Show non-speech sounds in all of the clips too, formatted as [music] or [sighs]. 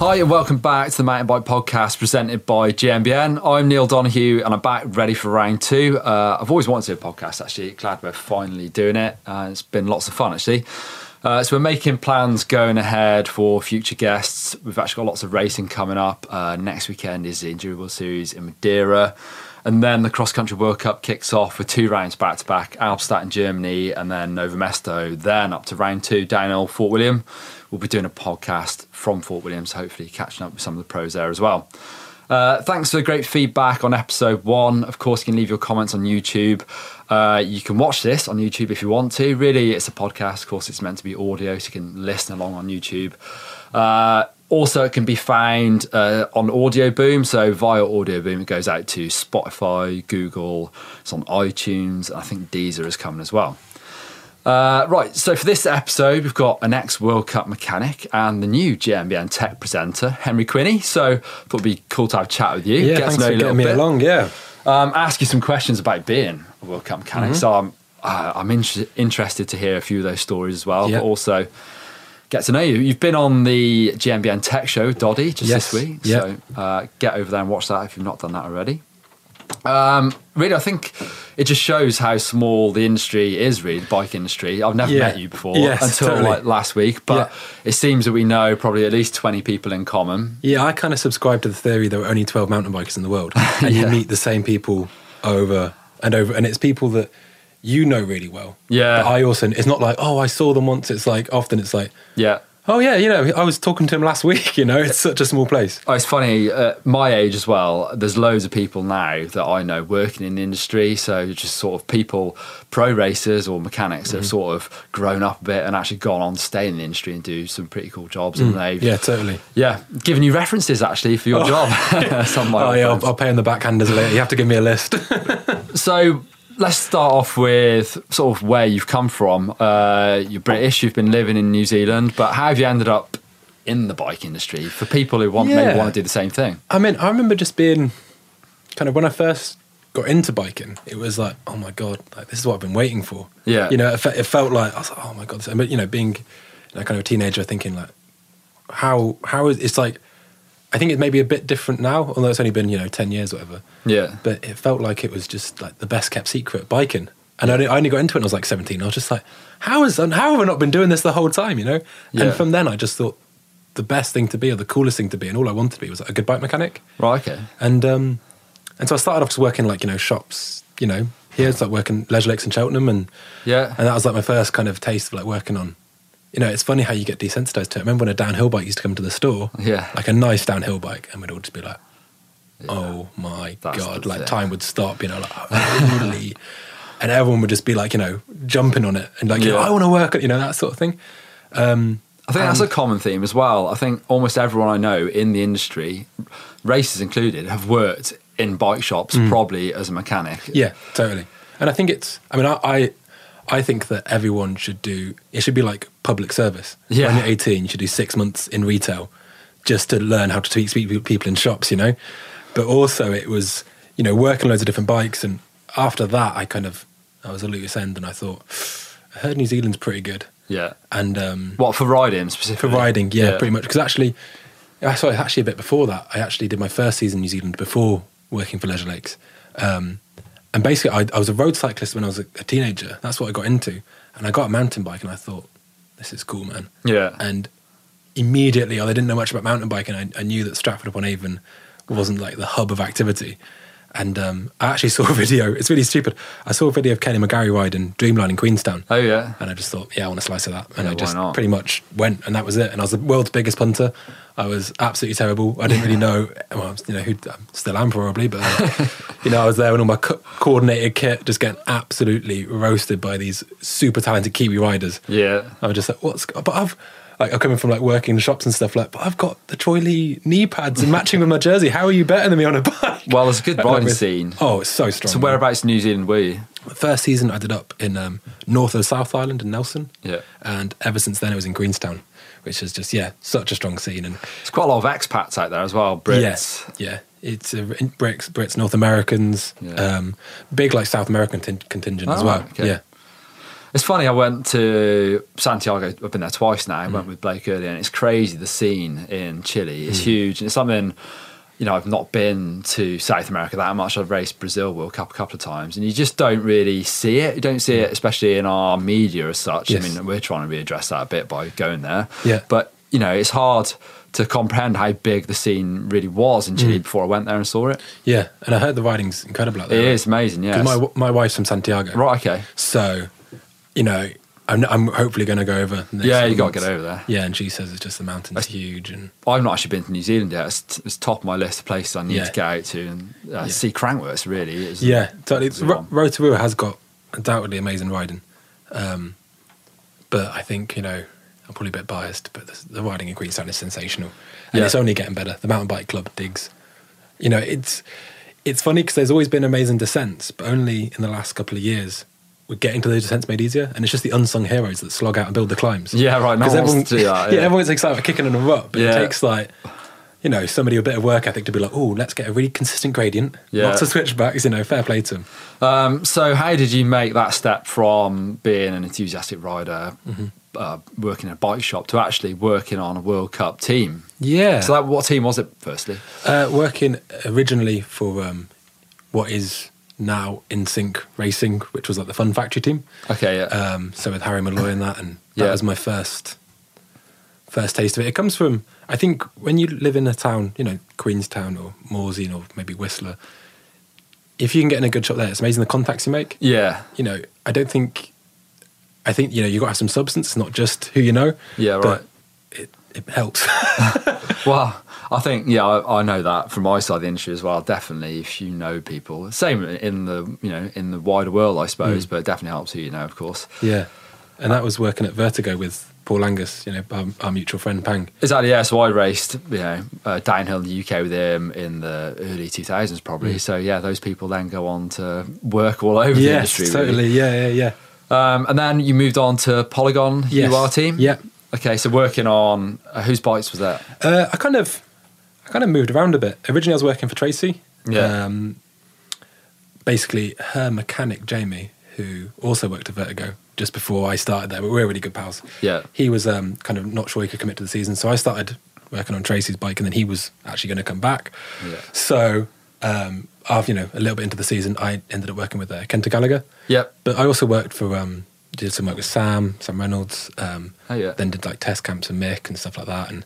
Hi, and welcome back to the Mountain Bike Podcast presented by GMBN. I'm Neil Donahue, and I'm back ready for round two. Uh, I've always wanted to do a podcast, actually. Glad we're finally doing it. Uh, it's been lots of fun, actually. Uh, so, we're making plans going ahead for future guests. We've actually got lots of racing coming up. Uh, next weekend is the Endurable Series in Madeira. And then the Cross Country World Cup kicks off with two rounds back to back Alpstadt in Germany and then Novo Mesto. Then up to round two down in Fort William. We'll be doing a podcast from Fort William, so hopefully catching up with some of the pros there as well. Uh, thanks for the great feedback on episode one. Of course, you can leave your comments on YouTube. Uh, you can watch this on YouTube if you want to. Really, it's a podcast. Of course, it's meant to be audio, so you can listen along on YouTube. Uh, also, it can be found uh, on Audio Boom. So via Audio Boom, it goes out to Spotify, Google. It's on iTunes. I think Deezer is coming as well. Uh, right, so for this episode, we've got an ex World Cup mechanic and the new GMBN tech presenter, Henry Quinney. So thought it'd be cool to have a chat with you. Yeah, get thanks to know for you a little getting me bit. along. Yeah, Um, ask you some questions about being a World Cup Mm-hmm. mechanic. So I'm, uh, I'm inter- interested to hear a few of those stories as well, Yeah. but also get to know you. You've been on the GMBN Tech Show, Doddy, just Yes, this week. yeah. So uh, get over there and watch that if you've not done that already. Um, really, I think it just shows how small the industry is, really, the bike industry. I've never Yeah. met you before Yes, until totally. like last week, but Yeah. it seems that we know probably at least 20 people in common. yeah. I kind of subscribe to the theory there were only twelve mountain bikers in the [laughs] world, and you Yeah. meet the same people over and over, and it's people that you know really well. Yeah. That I also. It's not like oh, I saw them once. It's like often it's like Yeah. oh yeah, you know, I was talking to him last [laughs] week. You know, it's such a small place. Oh, it's funny. Uh, my age as well. There's loads of people now that I know working in the industry. So just sort of people, pro racers or mechanics, that Mm-hmm. have sort of grown up a bit and actually gone on to stay in the industry and do some pretty cool jobs. And they've Mm, Yeah, totally. yeah, given you references actually for your [laughs] job. [laughs] Some like Oh that. yeah, I'll, I'll pay him the backhanders later. You have to give me a list. So let's start off with sort of where you've come from. Uh, you're British. You've been living in New Zealand, but how have you ended up in the bike industry for people who want Yeah. maybe want to do the same thing? I mean, I remember just being kind of when I first got into biking, it was like, oh my god, like this is what I've been waiting for. Yeah. you know, it, fe- it felt like I was like, oh my god, this- but you know, being like kind of a teenager, thinking like, how how is it's like, I think it may be a bit different now, although it's only been you know ten years, or whatever. Yeah. But it felt like it was just like the best kept secret biking. And I only, I only got into it when I was like 17. I was just like, how, is, and how have I not been doing this the whole time, you know? Yeah. And from then, I just thought the best thing to be or the coolest thing to be, and all I wanted to be was like, a good bike mechanic. Right. Okay. And um, and so I started off just working like you know shops, you know. Here it's like working Leisure Lakes in Cheltenham, and Yeah. and that was like my first kind of taste of like working on. You know, it's funny how you get desensitized to it. I remember when a downhill bike used to come to the store, Yeah. like a nice downhill bike, and we'd all just be like, "Oh my That's god!" the Like thing. time would stop, you know, like really, and everyone would just be like, you know, jumping on it and like, you know, Yeah. "I want to work," on-" you know, that sort of thing. I think that's a common theme as well. I think almost everyone I know in the industry, races included, have worked in bike shops probably as a mechanic. Mm. Yeah, totally. And I think it's. I mean, I, I, I think that everyone should do. It should be like public service. Yeah. When you're 18, you should do six months in retail, just to learn how to speak speak to people in shops. You know, but also it was you know working loads of different bikes, and after that I kind of I was at loose end, and I thought I heard New Zealand's pretty good, Yeah. and um, What for riding for specifically? riding, yeah, Yeah. pretty much. Because actually, I sorry, actually a bit before that, I actually did my first season in New Zealand before working for Leisure Lakes. Um, and basically, I, I was a road cyclist when I was a, a teenager. That's what I got into. And I got a mountain bike, and I thought, this is cool, man. Yeah. And immediately, although I didn't know much about mountain biking, I, I knew that Stratford upon Avon wasn't like the hub of activity. And um, I actually [laughs] saw a video. It's really stupid. I saw a video of Kenny McGarry riding Dreamline in Queenstown. Oh yeah. And I just thought, yeah, I want a slice of that. And Yeah, I just why not? pretty much went, and that was it. And I was the world's biggest punter. I was absolutely terrible. I didn't really know, well, I was- you know, who I still am probably, but uh, you know, I was there in all my co- coordinated kit, just getting absolutely roasted by these super talented Kiwi riders. Yeah. I was just like, what's, but I've, like, I'm coming from like working in shops and stuff, like, but I've got the Troy Lee knee pads and matching with my jersey. How are you better than me on a [laughs] bike? Well, there's a good And riding everything. scene. Oh, it's so strong. So whereabouts in New Zealand were you? First season, I did up in um, North of South Island in Nelson. Yeah. And ever since then, it was in Greenstown, which is just, yeah, such a strong scene. And There's quite a lot of expats out there as well. Brits. yes, yeah, it's uh, in Brits, Brits, North Americans, Yeah. um, big like South American tin- contingent as Oh, well. okay. Yeah. It's funny. I went to Santiago. I've been there twice now. I went Mm. with Blake earlier, and it's crazy. The scene in Chile is huge, and it's something. You know, I've not been to South America that much. I've raced Brazil World Cup a couple of times, and you just don't really see it. You don't see it, especially in our media as such. Mm. Yes. I mean, we're trying to readdress that a bit by going there. Yeah. But you know, it's hard to comprehend how big the scene really was in Mm. Chile before I went there and saw it. Yeah, and I heard the riding's incredible out It there. is right? amazing. Yeah. 'Cause my my wife's from Santiago, Right. Okay. So, you know, I'm I'm hopefully going to go over. the next Yeah, few you gotta months. get over there. Yeah, and she says it's just the mountains huge and I've not actually been to New Zealand yet. It's, it's top of my list of places I need Yeah. to get out to and uh, see Crankworth. Really, is yeah, totally. is Ro- one. Rotorua has got undoubtedly amazing riding, um, but I think you know I'm probably a bit biased, but the, the riding in Queenstown is sensational, and Yeah. it's only getting better. The mountain bike club digs. You know, it's it's funny because there's always been amazing descents, but only in the last couple of years. We're getting to those descents made easier, and it's just the unsung heroes that slog out and build the climbs. Yeah, right, no Because one wants everyone, to do that, [laughs] yeah, yeah. everyone's excited for kicking on a rut, but it Yeah. takes like you know, somebody with a bit of work ethic to be like, oh, let's get a really consistent gradient, Yeah. lots of switchbacks, you know, fair play to them. Um, so, how did you make that step from being an enthusiastic rider, Mm-hmm. uh, working in a bike shop, to actually working on a World Cup team? Yeah. So, that, what team was it? Firstly, uh, working originally for um, what is now InSync Racing, which was like the Fun Factory team. okay, yeah, Um, so with Harry Malloy and that, and that Yeah. was my first first taste of it. It comes from, I think, when you live in a town, you know, Queenstown or Morzine or maybe Whistler, if you can get in a good shot there, it's amazing the contacts you make. yeah, you know, I don't think, I think you know, you got to have some substance, not just who you know. Yeah, but right. It it helps. [laughs] Well, I think yeah, I, I know that from my side of the industry as well. Definitely, if you know people, same in the you know in the wider world, I suppose, Mm. but it definitely helps who you know, of course. yeah, [laughs] and that was working at Vertigo with Paul Angus, you know, our, our mutual friend Pang. Exactly. Yeah. So I raced, you know, uh, downhill in the UK with him in the early 2000s, probably. Mm. So yeah, those people then go on to work all over the Yes, industry. really. totally. Yeah, yeah, yeah. Um, and then you moved on to Polygon Yes. UR team. Yeah. Okay. So working on uh, whose bikes was that? Uh, I kind of, I kind of moved around a bit. Originally, I was working for Tracy. Yeah. Um, basically, her mechanic Jamie, who also worked at Vertigo just before I started there, but we were really good pals. Yeah. He was um, kind of not sure he could commit to the season, so I started working on Tracy's bike, and then he was actually going to come back. Yeah. So. Um, after, you know, a little bit into the season, I ended up working with uh, Kenta Gallagher. Yep. But I also worked for um, did some work with Sam, Sam Reynolds. Um, Oh, yeah. Then did like test camps and Mick and stuff like that. And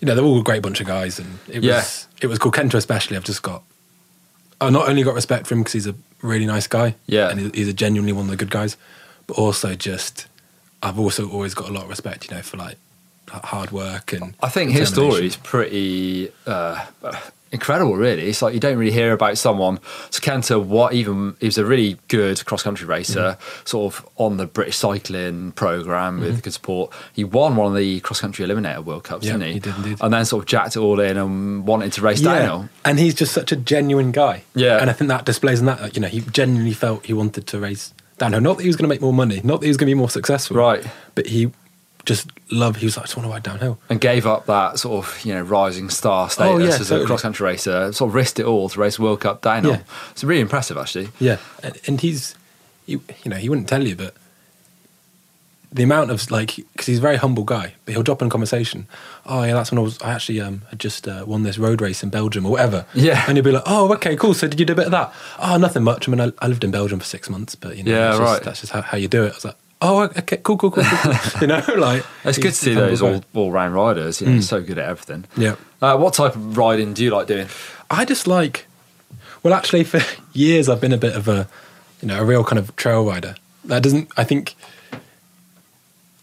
you know they're all a great bunch of guys. And it Yeah. was it was cool. Kenta especially. I've just got I not only got respect for him because he's a really nice guy. Yeah. And he- he's a genuinely one of the good guys. But also just I've also always got a lot of respect, you know, for like h- hard work and I think his story determination. is pretty uh, incredible, really. It's like you don't really hear about someone. So Kenta, what even he was a really good cross country racer, Mm-hmm. sort of on the British cycling program with good support. He won one of the cross country eliminator World Cups, Yeah, didn't he? he did indeed. And then sort of jacked it all in and wanted to race downhill. And he's just such a genuine guy. Yeah. And I think that displays in that, like, you know, he genuinely felt he wanted to race downhill. Not that he was going to make more money, not that he was going to be more successful. Right. But he just loved, he was like, I just want to ride downhill. And gave up that sort of you know rising star status Oh, yeah, as totally. a cross country racer. Sort of risked it all to race World Cup downhill. Yeah. It's really impressive, actually. Yeah. And, and he's, he, you know, he wouldn't tell you, but the amount of like, because he's a very humble guy, but he'll drop in conversation. Oh yeah, that's when I was. I actually um had just uh, won this road race in Belgium or whatever. Yeah. and you'll be like, oh okay, cool. So did you do a bit of that? Oh, nothing much. I mean, I, I lived in Belgium for six months, but you know, Yeah, that's just, right. That's just how, how you do it. I was like, oh okay, cool, cool, cool, [laughs] cool. cool." you know, like It's good to see he's- he's a humble those guy. all, all round riders. You Mm. know, so good at everything. Yeah. Uh, what type of riding do you like doing? I just like, well, actually, for [laughs] years I've been a bit of a, you know, a real kind of trail rider. That doesn't, I think,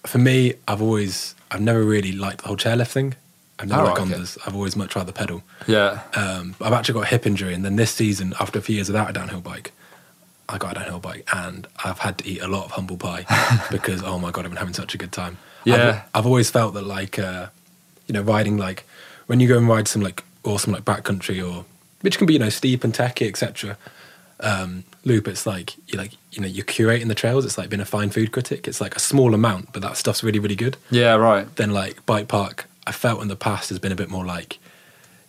for me, I've always, I've never really liked the whole chairlift thing. I've never Oh, liked okay. gondolas. I've always much rather pedal. Yeah. Um, I've actually got a hip injury, and then this season, after a few years without a downhill bike, I got a downhill bike, and I've had to eat a lot of humble pie because oh my god, I've been having such a good time. Yeah. I've, I've always felt that like uh, you know riding like when you go and ride some like awesome like backcountry or which can be you know steep and techy etc. Um, loop, it's like you like you know you're curating the trails. It's like being a fine food critic. It's like a small amount, but that stuff's really really good Yeah, right. then like bike park i felt in the past has been a bit more like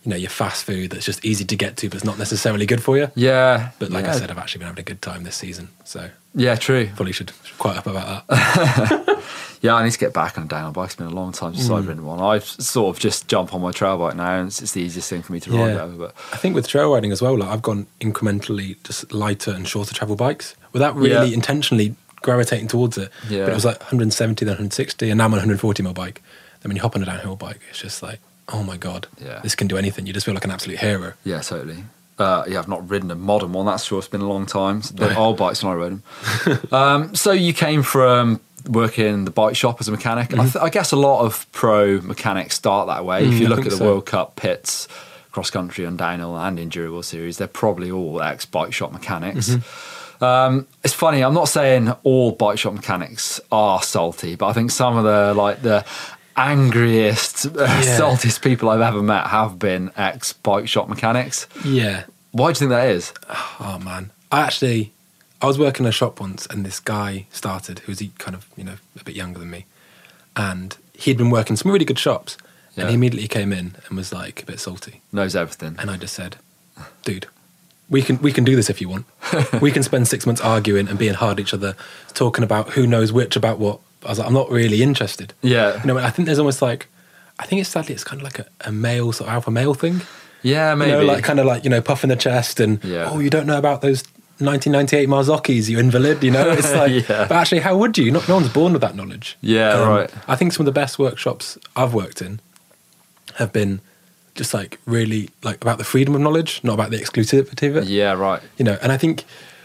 you know your fast food that's just easy to get to, but it's not necessarily good for you. Yeah. But like I Yeah. said, I've actually been having a good time this season, so yeah, true. probably should quite up about that. Yeah, I need to get back on a downhill bike. It's been a long time since I've ridden one. I sort of just jump on my trail bike now, and it's, it's the easiest thing for me to ride Yeah. over. But I think with trail riding as well, like I've gone incrementally just lighter and shorter travel bikes without really Yeah. intentionally gravitating towards it. Yeah. But it was like 170, then 160, and now I'm on a 140 mile bike. Then when you hop on a downhill bike, it's just like, oh my god, Yeah. this can do anything. You just feel like an absolute hero. yeah, totally. Uh, yeah, I've not ridden a modern one. That's sure. It's been a long [laughs] time. So The Right. old bikes when I rode them. um, so you came from working in the bike shop as a mechanic. I, th- I guess a lot of pro mechanics start that way. if Mm-hmm. Mm, you I look at think the so. World Cup pits, cross country and downhill and endurable series, they're probably all ex bike shop mechanics. Mm-hmm. Um, it's funny. I'm not saying all bike shop mechanics are salty, but I think some of the like the angriest, uh, Yeah. [laughs] saltiest people I've ever met have been ex bike shop mechanics. Yeah. Why do you think that is? Oh man, I actually, I was working in a shop once, and this guy started who was he kind of you know a bit younger than me, and he'd been working some really good shops, Yeah. and he immediately came in and was like a bit salty, Knows everything. and I just said, dude. We can we can do this [laughs] if you want. we can spend six months arguing and being hard at each other, talking about who knows which about what. I was like, I'm not really interested. Yeah. You know, I think there's almost like, I think it's sadly it's kind of like a, a male sort of alpha male thing. Yeah, maybe. You know, like kind of like you know, puffing the chest and Yeah. oh, you don't know about those 1998 Marzocchis, you invalid. You [laughs] know, it's like, Yeah. but actually, how would you? Not, no one's born with that knowledge. Um, Yeah, right. I think some of the best workshops I've worked in have been just like really like about the freedom of knowledge, not about the exclusivity of it. yeah, right. You know, and I think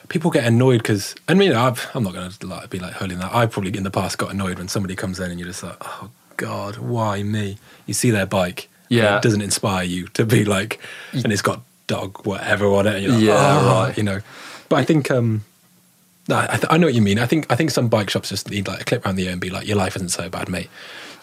people get annoyed because, I mean, I've, I'm not going to like, be like holding that. I probably in the past got annoyed when somebody comes in and you're just like, oh God, why me? You see their bike, and Yeah. it doesn't inspire you to be like, and it's got dog whatever on it, and you're like, Yeah, yeah, right. you know. But I think, um, no, I, th- I know what you mean. I think I think some bike shops just need like a clip around the ear and be like, your life isn't so bad, mate.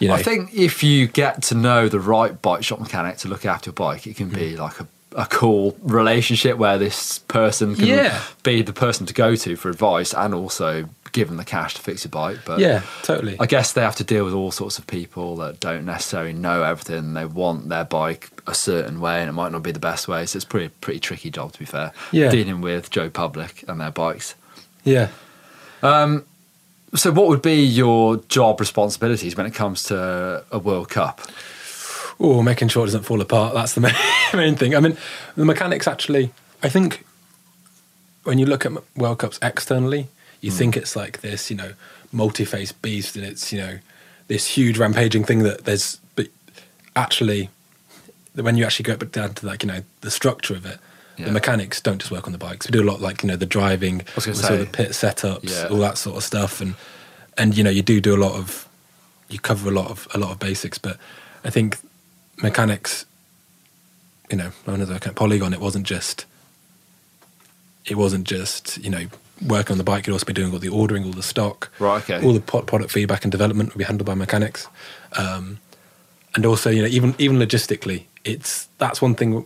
You know, I think if you get to know the right bike shop mechanic to look after your bike, it can be Mm. like a, a cool relationship where this person can Yeah. be the person to go to for advice and also give them the cash to fix your bike. But yeah, totally. I guess they have to deal with all sorts of people that don't necessarily know everything. They want their bike a certain way, and it might not be the best way. So it's pretty pretty tricky job to be fair. Yeah. dealing with Joe Public and their bikes. yeah. So, what would be your job responsibilities when it comes to a World Cup? Oh, making sure it doesn't fall apart. That's the [laughs] main, main thing. I mean, the mechanics actually, I think when you look at World Cups externally, Hmm. you think it's like this, you know, multi faced beast and it's, you know, this huge rampaging thing that there's, but actually, that when you actually go back down to like, you know, the structure of it, Yeah. the mechanics don't just work on the bikes. We do a lot like, you know, the driving, was gonna the sort of say. the pit setups, Yeah. all that sort of stuff. And, and, you know, you do do a lot of, you cover a lot of a lot of basics, but I think mechanics, you know, another kind of polygon. It wasn't just, it wasn't just you know working on the bike. You'd also be doing all the ordering, all the stock, Right, okay. all the pro- product feedback and development would be handled by mechanics, um, and also you know even even logistically, it's that's one thing.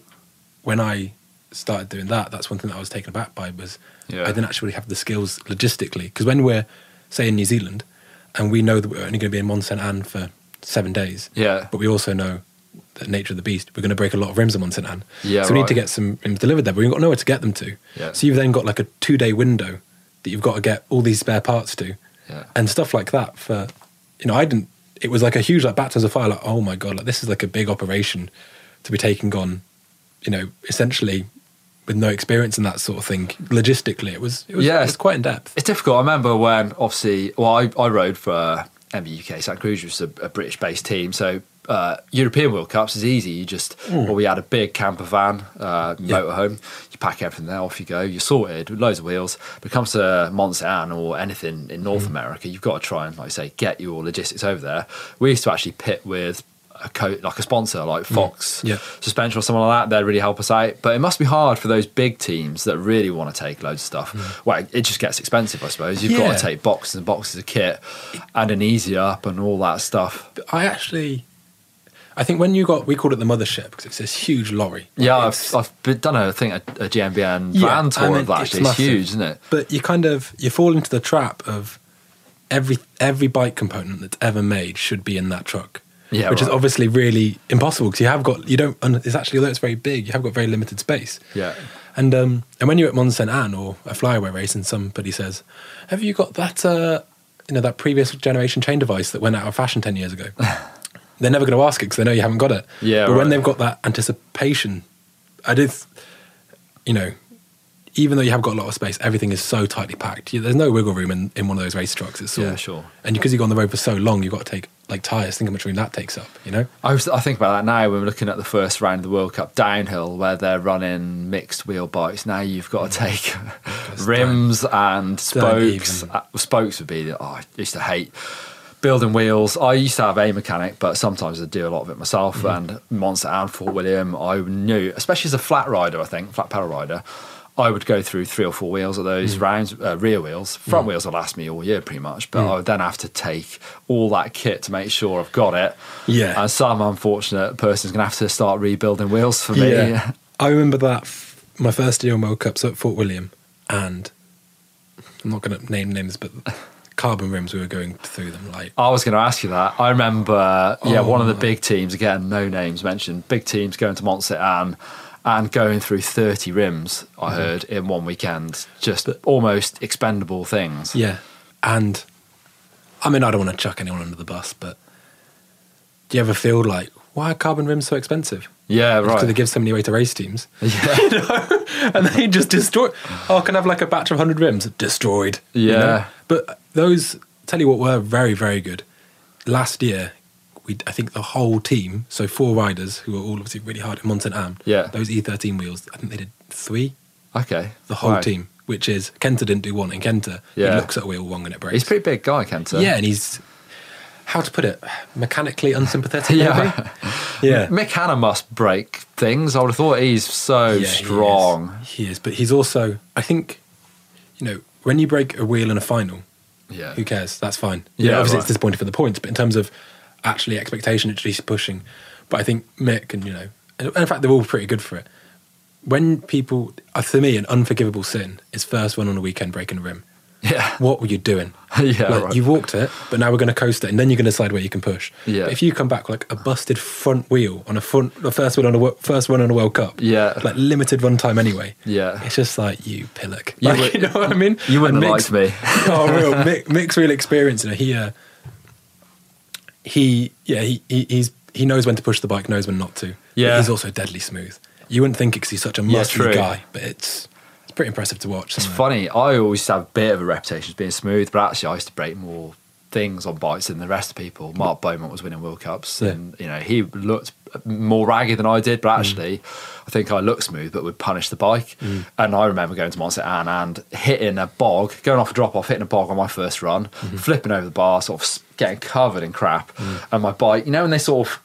When I started doing that, that's one thing that I was taken aback by was Yeah. I didn't actually have the skills logistically because when we're say in New Zealand and we know that we're only going to be in Mont Saint Anne for seven days, Yeah. but we also know the nature of the beast. We're going to break a lot of rims in Mont Saint Anne, Yeah, so we right. need to get some rims delivered there, but we've got nowhere to get them to. Yeah. So you've then got like a two day window that you've got to get all these spare parts to Yeah. and stuff like that. For you know, I didn't. It was like a huge like baptism of fire. Like, oh my god, like this is like a big operation to be taking on. You know, essentially with no experience in that sort of thing. Logistically, it was it was, Yeah. it was quite in depth. It's difficult. I remember when, obviously, well, I, I rode for uh, MBUK Santa Cruz, which is a, a British based team. So, uh, European World Cups is easy. You just, well, we had a big camper van, uh, motorhome. You pack everything there, off you go. You're sorted with loads of wheels. But it comes to Mont Saint Anne or anything in North America, you've got to try and, like I say, get your logistics over there. We used to actually pit with a co- like a sponsor, like Fox Yeah. suspension or something like that, they'd really help us out. But it must be hard for those big teams that really want to take loads of stuff. Well, it just gets expensive, I suppose. You've got Mm. Yeah. to take boxes and boxes of kit and an easy up and all that stuff. But I actually. I think when you got, we called it the mothership because it's this huge lorry. Yeah, It's- I've, I've been- done a I think a, a GMBN Yeah, van tour I mean, of that. it's Actually, it's massive. huge, isn't it? But you kind of you fall into the trap of every every bike component that's ever made should be in that truck. Yeah, which is right. obviously really impossible because you have got you don't. and It's actually although it's very big, you have got very limited space. Yeah. And um, and when you're at Mont Saint Anne or a flyaway race, and somebody says, "Have you got that? Uh, you know that previous generation chain device that went out of fashion ten [laughs] years ago?" They're never going to ask it because they know you haven't got it. Yeah, But right. when they've got that anticipation, I did, you know, even though you have got a lot of space, everything is so tightly packed. You, there's no wiggle room in, in one of those race trucks. It's all, Yeah, sure. And because you go on the road for so long, you've got to take like tires. Think how much room that takes up. You know. I, was, I think about that now when we're looking at the first round of the World Cup downhill where they're running mixed wheel bikes. Now you've got to take rims and spokes. Mm. even. Uh, spokes would be, the- oh, I used to hate building wheels. I used to have a mechanic, but sometimes I do a lot of it myself. And Monster and Fort William, I knew, especially as a flat rider, I think, flat pedal rider. I would go through three or four wheels of those rounds, uh, rear wheels. Front wheels will last me all year pretty much, but I would then have to take all that kit to make sure I've got it. Yeah. And some unfortunate person's going to have to start rebuilding wheels for me. [laughs] Yeah. I remember that f- my first year on World Cups at Fort William, and I'm not going to name [laughs] names, but carbon rims. We were going through them like I was going to ask you that. I remember, yeah, Oh. one of the big teams, again, no names mentioned, big teams going to Mont Saint Anne and going through 30 rims, I Mm-hmm. heard, in one weekend. Just almost expendable things. Yeah. And I mean, I don't want to chuck anyone under the bus, but do you ever feel like, why are carbon rims so expensive? Yeah, Because right. they give so many away to race teams. [laughs] Yeah. [laughs] You know? And they just destroy. Oh, can I have like a batch of 100 rims? Destroyed. you know? Yeah. But those, tell you what, were very, very good. Last year, we, I think the whole team, so four riders who were all obviously really hard at Mont Saint Anne, Yeah. those E13 wheels, I think they did three, Okay. the whole Right. team, which is Kenta didn't do one. And Kenta, Yeah. he looks at a wheel wrong and it breaks. He's a pretty big guy, Kenta. Yeah, and he's how to put it mechanically unsympathetic. [laughs] Yeah. maybe? yeah. Mick Hanna must break things. I would have thought he's so Yeah, he is. strong. He is. but he's also. I think, you know, when you break a wheel in a final, Yeah. who cares? That's fine. Yeah, Yeah, obviously right. it's disappointing for the points, but in terms of actually expectation, it's just pushing. But I think Mick and you know, and in fact they're all pretty good for it. When people, uh, for me, an unforgivable sin is first one on a weekend breaking a rim. Yeah. what were you doing? [laughs] Yeah, Like, right. you walked it, but now we're going to coast it, and then you're going to decide where you can push. Yeah. But if you come back with like a busted front wheel on a front, the first one on a wo- first one on a World Cup, Yeah. like limited run time anyway. Yeah. it's just like you pillock. You Like, You, would- know what I mean? you wouldn't And have Mick's- liked me. [laughs] [laughs] oh, real Mick, Mick's real experience. You know, he, uh, he, yeah, he, he, he's he knows when to push the bike, knows when not to. But Yeah. he's also deadly smooth. You wouldn't think it because he's such a muscly true. guy, but it's it's pretty impressive to watch. It's isn't it? funny. I always have a bit of a reputation as being smooth, but actually, I used to break more things on bikes than the rest of people. Mark Beaumont was winning World Cups, Yeah. Mm. and you know he looked more ragged than I did. But actually, I think I looked smooth, but would punish the bike. Mm. And I remember going to Mont Saint Anne and hitting a bog, going off a drop off, hitting a bog on my first run, Mm-hmm. flipping over the bar, sort of s- getting covered in crap, Mm. and my bike. You know, when they sort of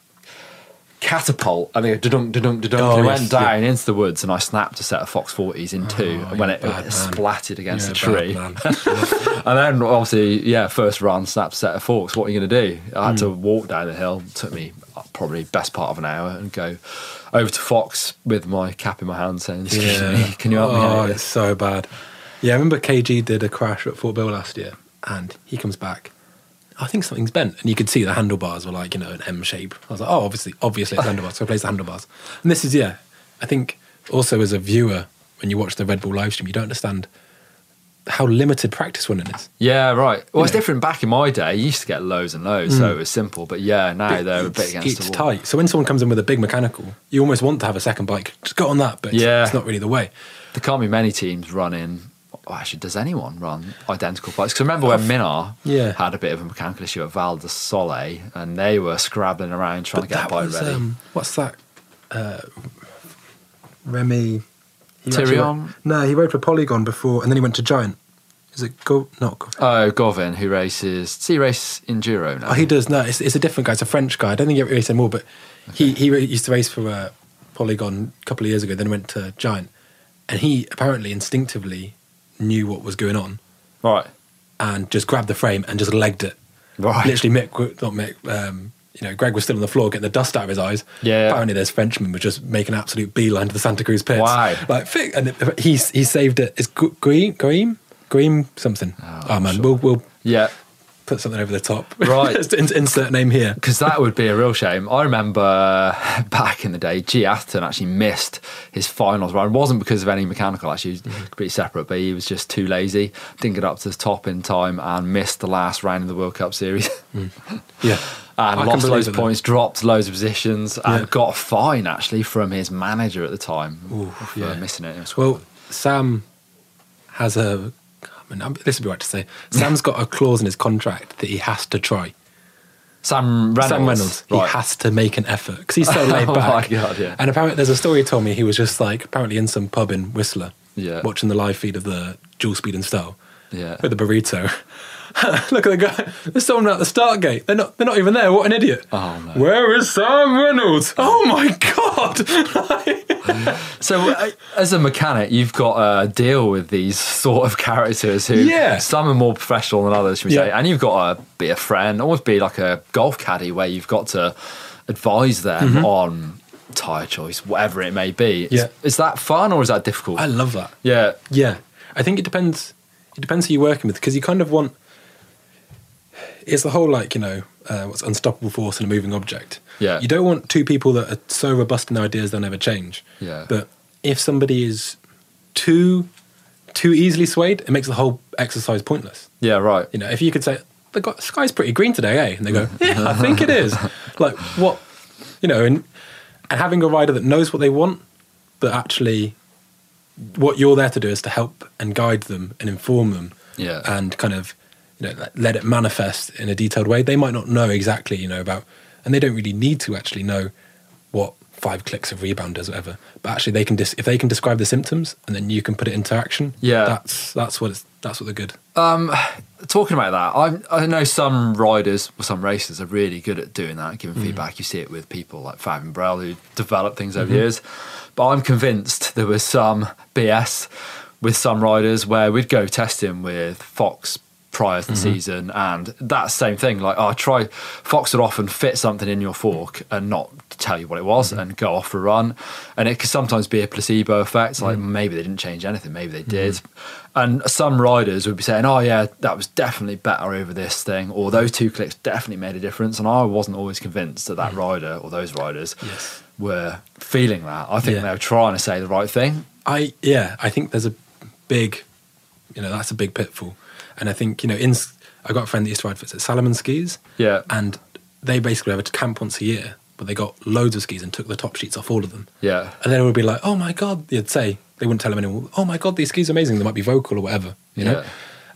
catapult and they go da-dunk, da-dunk, da-dunk, Oh, and it yes, went yeah. down into the woods and I snapped a set of Fox 40s in two Oh, when you're it, a bad it man. splatted against You're a a bad tree. man. [laughs] [laughs] And then obviously, yeah, first run, snapped a set of forks. What are you going to do? I had to Hmm. walk down the hill. Took me uh, probably best part of an hour and go over to Fox with my cap in my hand saying, excuse me, [laughs] can you help me Oh, out? it's so bad. Yeah, I remember KG did a crash at Fort Bill last year, and he comes back. I think something's bent, and you could see the handlebars were like you know an M shape. I was like, oh, obviously, obviously it's handlebars. So I replaced the handlebars. And this is yeah, I think also as a viewer when you watch the Red Bull live stream, you don't understand how limited practice running is. Yeah, right. Well, it's Yeah. Hmm. different. Back in my day, you used to get loads and loads, so it was simple. But yeah, now they're a bit it's, against it's the wall. tight. So when someone comes in with a big mechanical, you almost want to have a second bike. Just go on that, but it's- Yeah. it's not really the way. There can't be many teams running. oh, Actually, does anyone run identical bikes? Because remember when Minar Oh, yeah. had a bit of a mechanical issue at Val de Sole, and they were scrabbling around trying to get a that bike was, ready. um, what's that? Uh, Remy. he Tyrion? actually wrote- no, he rode for Polygon before, and then he went to Giant. Is it Go? Not Go. oh, Govin, who races, does he race enduro now? Oh, he does. No, it's, it's a different guy. It's a French guy. I don't think he ever raced anymore, but he he re- used to race for uh, Polygon a couple of years ago. Then went to Giant, and he apparently instinctively knew what was going on right, and just grabbed the frame and just legged it. right, Literally, Mick, w- not Mick, um, you know, Greg was still on the floor getting the dust out of his eyes. Yeah. Apparently, this Frenchman was just making an absolute beeline to the Santa Cruz pits. Why? Like, fi- and it- he, he saved it. It's Green, Green, Green something. Oh, I'm man, sure. we'll, we'll yeah. put something over the top. Right. [laughs] Just in- insert name here. Because that would be a real shame. I remember [laughs] back in the day, G. Atherton actually missed his finals round. It wasn't because of any mechanical, actually, it was Mm-hmm. completely separate, but he was just too lazy, didn't get up to the top in time, and missed the last round of the World Cup Series. [laughs] Yeah. Ah, and I can lost believe loads it, of though. points, dropped loads of positions, and Yeah. got a fine, actually, from his manager at the time for yeah. missing it. in Scotland. Well, Sam has a. I mean, this would be right to say. Sam's got a clause in his contract that he has to try. Sam Reynolds. Sam Reynolds. He Right. has to make an effort because [laughs] he's so laid Oh back. my God, yeah. And apparently, there's a story he told me he was just like apparently in some pub in Whistler, Yeah. watching the live feed of the Dual Speed and Style [laughs] Yeah. with a burrito. Look at the guy. There's someone at the start gate. They're not. They're not even there. What an idiot! Oh, no. Where is Sam Reynolds? Oh my god! [laughs] So, uh, as a mechanic, you've got to deal with these sort of [laughs] characters who, Yeah. some are more professional than others, should we say? Yeah. And you've got to be a friend, almost be like a golf caddy where you've got to advise them on tire choice, whatever it may be. Is, Mm-hmm. Yeah. is that fun or is that difficult? I love that. yeah, Yeah, I think it depends. It depends who you're working with because you kind of want. It's the whole like you know uh, what's unstoppable force in a moving object. Yeah. you don't want two people that are so robust in their ideas they'll never change. Yeah. but if somebody is too too easily swayed, it makes the whole exercise pointless. yeah, right. You know, if you could say the go- sky's pretty green today, eh? And they go, yeah, I think it [laughs] is. like what, you know, and and having a rider that knows what they want, but actually, what you're there to do is to help and guide them and inform them, Yeah. and kind of you know let- let it manifest in a detailed way. They might not know exactly, you know, about, and they don't really need to actually know what five clicks of rebound does, whatever. But actually, they can dis- if they can describe the symptoms and then you can put it into action. Yeah. that's that's what it's that's what they're good. talking about that, I I know some riders or some racers are really good at doing that, giving feedback. You see it with people like Fabian Brel who developed things over years. But I'm convinced there was some BS with some riders where we'd go testing with Fox prior to the season and that same thing like oh try fox would often fit something in your fork and not tell you what it was Mm-hmm. and go off for a run and it could sometimes be a placebo effect like Mm-hmm. maybe they didn't change anything maybe they did and some riders would be saying oh yeah that was definitely better over this thing or those two clicks definitely made a difference and i wasn't always convinced that that rider or those riders Mm-hmm. Yes. were feeling that i think Yeah. they were trying to say the right thing I yeah, I think there's a big, you know, that's a big pitfall, and I think you know, in I got a friend that used to ride for at Salomon skis, Yeah. and they basically have a camp once a year, but they got loads of skis and took the top sheets off all of them, yeah and then it would be like, oh my god, they'd say they wouldn't tell them anyone, oh my god, these skis are amazing, they might be vocal or whatever, you know, Yeah.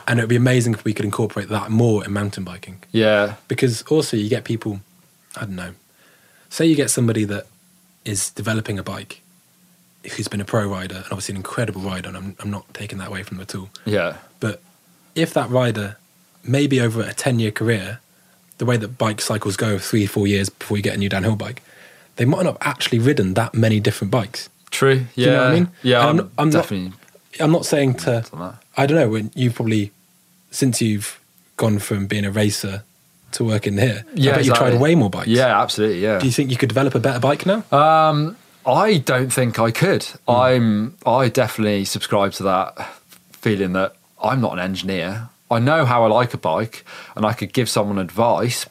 and it would be amazing if we could incorporate that more in mountain biking yeah because also you get people i don't know say you get somebody that is developing a bike who's been a pro rider and obviously an incredible rider and i'm, I'm not taking that away from them at all yeah but if that rider maybe over a 10 year career the way that bike cycles go three four years before you get a new downhill bike they might not have actually ridden that many different bikes true yeah you know what I mean? yeah i'm, And I'm not- I'm not- definitely i'm not saying to on that. i don't know when you've probably since you've gone from being a racer to working here Yeah, i bet you've exactly. tried way more bikes Yeah, absolutely. Yeah. Do you think you could develop a better bike now? Um, I don't think I could. Hmm. I'm. I definitely subscribe to that feeling that I'm not an engineer. I know how I like a bike, and I could give someone advice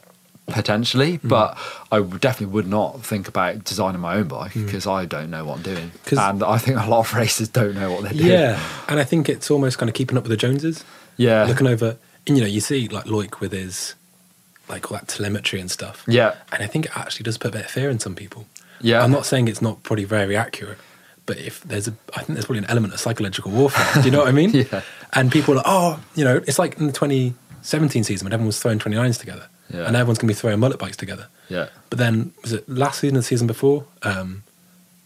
potentially, Hmm. but I would- definitely would not think about designing my own bike because I don't know what I'm doing, Hmm. 'Cause- and I think a lot of [laughs] racers don't know what they're doing. yeah, and I think it's almost kind of keeping up with the Joneses. Yeah. looking over, and you know, you see like Loic with his like all that telemetry and stuff. Yeah. and I think it actually does put a bit of fear in some people. Yeah. I'm not saying it's not probably very accurate, but if there's a, I think there's probably an element of psychological warfare. do you know what I mean? [laughs] Yeah. And people are, like, oh, you know, it's like in the 2017 season when everyone was throwing 29s together, Yeah. and everyone's gonna be throwing mullet bikes together. Yeah. But then was it last season or the season before? Um,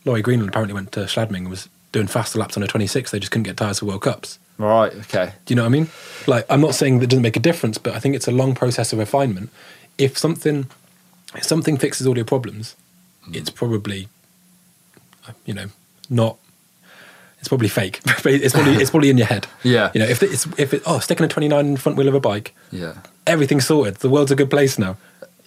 Laurie Greenland apparently went to Schladming and was doing faster laps on a 26. They just couldn't get tires for World Cups. Right. Okay. Do you know what I mean? Like, I'm not saying that doesn't make a difference, but I think it's a long process of refinement. If something, if something fixes all your problems, Mm. it's probably, uh, you know, not. It's probably fake. [laughs] But it's probably it's probably in your head. [laughs] Yeah. You know, if it's if it oh sticking a 29 in the front wheel of a bike, Yeah. everything's sorted. The world's a good place now.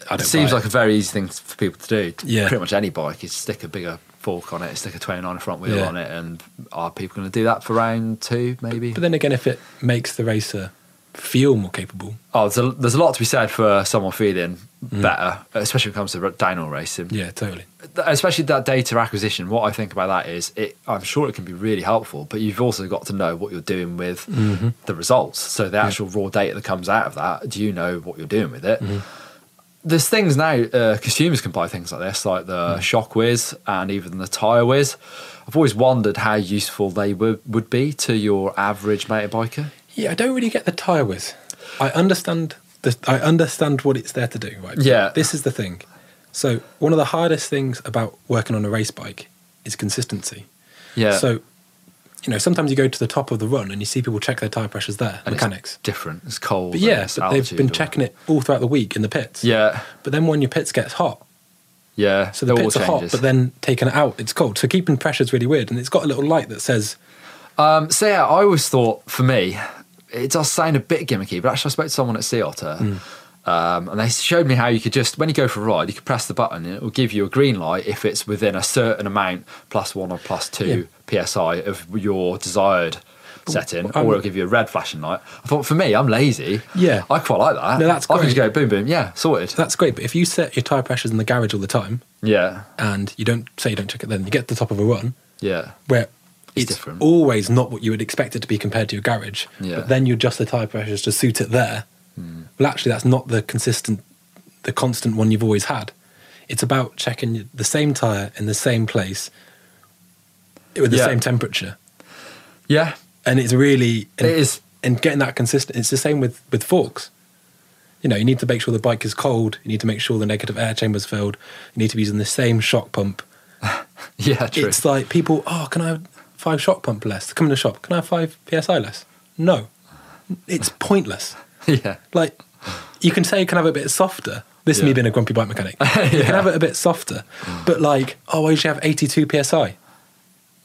I It don't seems buy like a very easy thing for people to do. Yeah. Pretty much any bike is stick a bigger fork on it, stick a 29 front wheel Yeah. on it, and are people going to do that for round two, maybe? But then again, if it makes the racer feel more capable. Oh, there's a, there's a lot to be said for someone feeling Mm. better, especially when it comes to downhill racing. Yeah, totally. especially that data acquisition what i think about that is it i'm sure it can be really helpful but you've also got to know what you're doing with Mm-hmm. the results so the actual raw data that comes out of that do you know what you're doing with it Mm-hmm. there's things now uh, consumers can buy things like this like the Mm-hmm. shock whiz and even the tire whiz i've always wondered how useful they would would be to your average motorbiker Yeah, I don't really get the tire whiz. I understand the I understand what it's there to do. Right? Yeah. This is the thing. So one of the hardest things about working on a race bike is consistency. yeah So, you know, sometimes you go to the top of the run and you see people check their tire pressures there, And it's mechanics. different it's cold But and yeah, it's but they've altitude been or- checking it all throughout the week in the pits. yeah But then when your pits gets hot, yeah so the it all pits are hot, changes. but then taken it out, it's cold. So keeping pressure's really weird, and it's got a little light that says, Um, so yeah, I always thought for me, it does sound a bit gimmicky, but actually I spoke to someone at Sea Otter, um, and they showed me how you could just when you go for a ride, you could press the button and it will give you a green light if it's within a certain amount plus one or plus two psi of your desired setting, I'm- or it'll give you a red flashing light. I thought for me, I'm lazy. Yeah. I quite like that. No, that's I can just go boom great. boom. Yeah, sorted. "That's great." But if you set your tire pressures in the garage all the time, Yeah, and you don't say you don't check it, then you get to the top of a run yeah. [laughs] where It's it's, different. always not what you would expect it to be compared to your garage. Yeah. Hmm. But then you adjust the tire pressures to suit it there. Well, actually, that's not the consistent, the constant one you've always had. It's about checking the same tire in the same place with the Yeah. same temperature, Yeah, and it's really and, It is. and getting that consistent. It's the same with with forks. You know, you need to make sure the bike is cold. You need to make sure the negative air chamber's filled. You need to be using the same shock pump. yeah, true. It's like people, oh, can I have five shock pump less? Come in the shop, can I have five PSI less? No. It's pointless. [laughs] yeah, Like, you can say you can have it a bit softer. This is me Yeah. being a grumpy [laughs] bike mechanic. You can have it a bit softer. But like, oh, I usually have 82 PSI.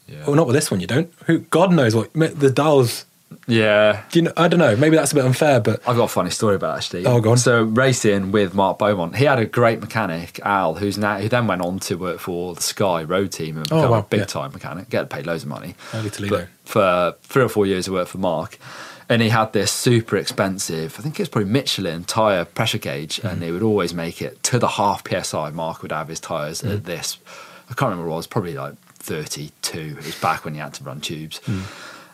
yeah, Well, not with this one, you don't. Who, God knows what, the dials, yeah. do you know, I don't know, maybe that's a bit unfair, but I've got a funny story about it, actually. Oh, go on. So racing with Mark Beaumont, he had a great mechanic, Al, who's now who then went on to work for the Sky Road Team and Oh, become a wow, big yeah. time mechanic, get paid loads of money. Early Toledo. But for three or four years, I worked for Mark, and he had this super expensive, I think it was probably Michelin tire pressure gauge, Mm-hmm. and he would always make it to the half psi. Mark would have his tires Mm-hmm. at this. I can't remember what it was, probably like 32. It was back when he had to run tubes. Mm.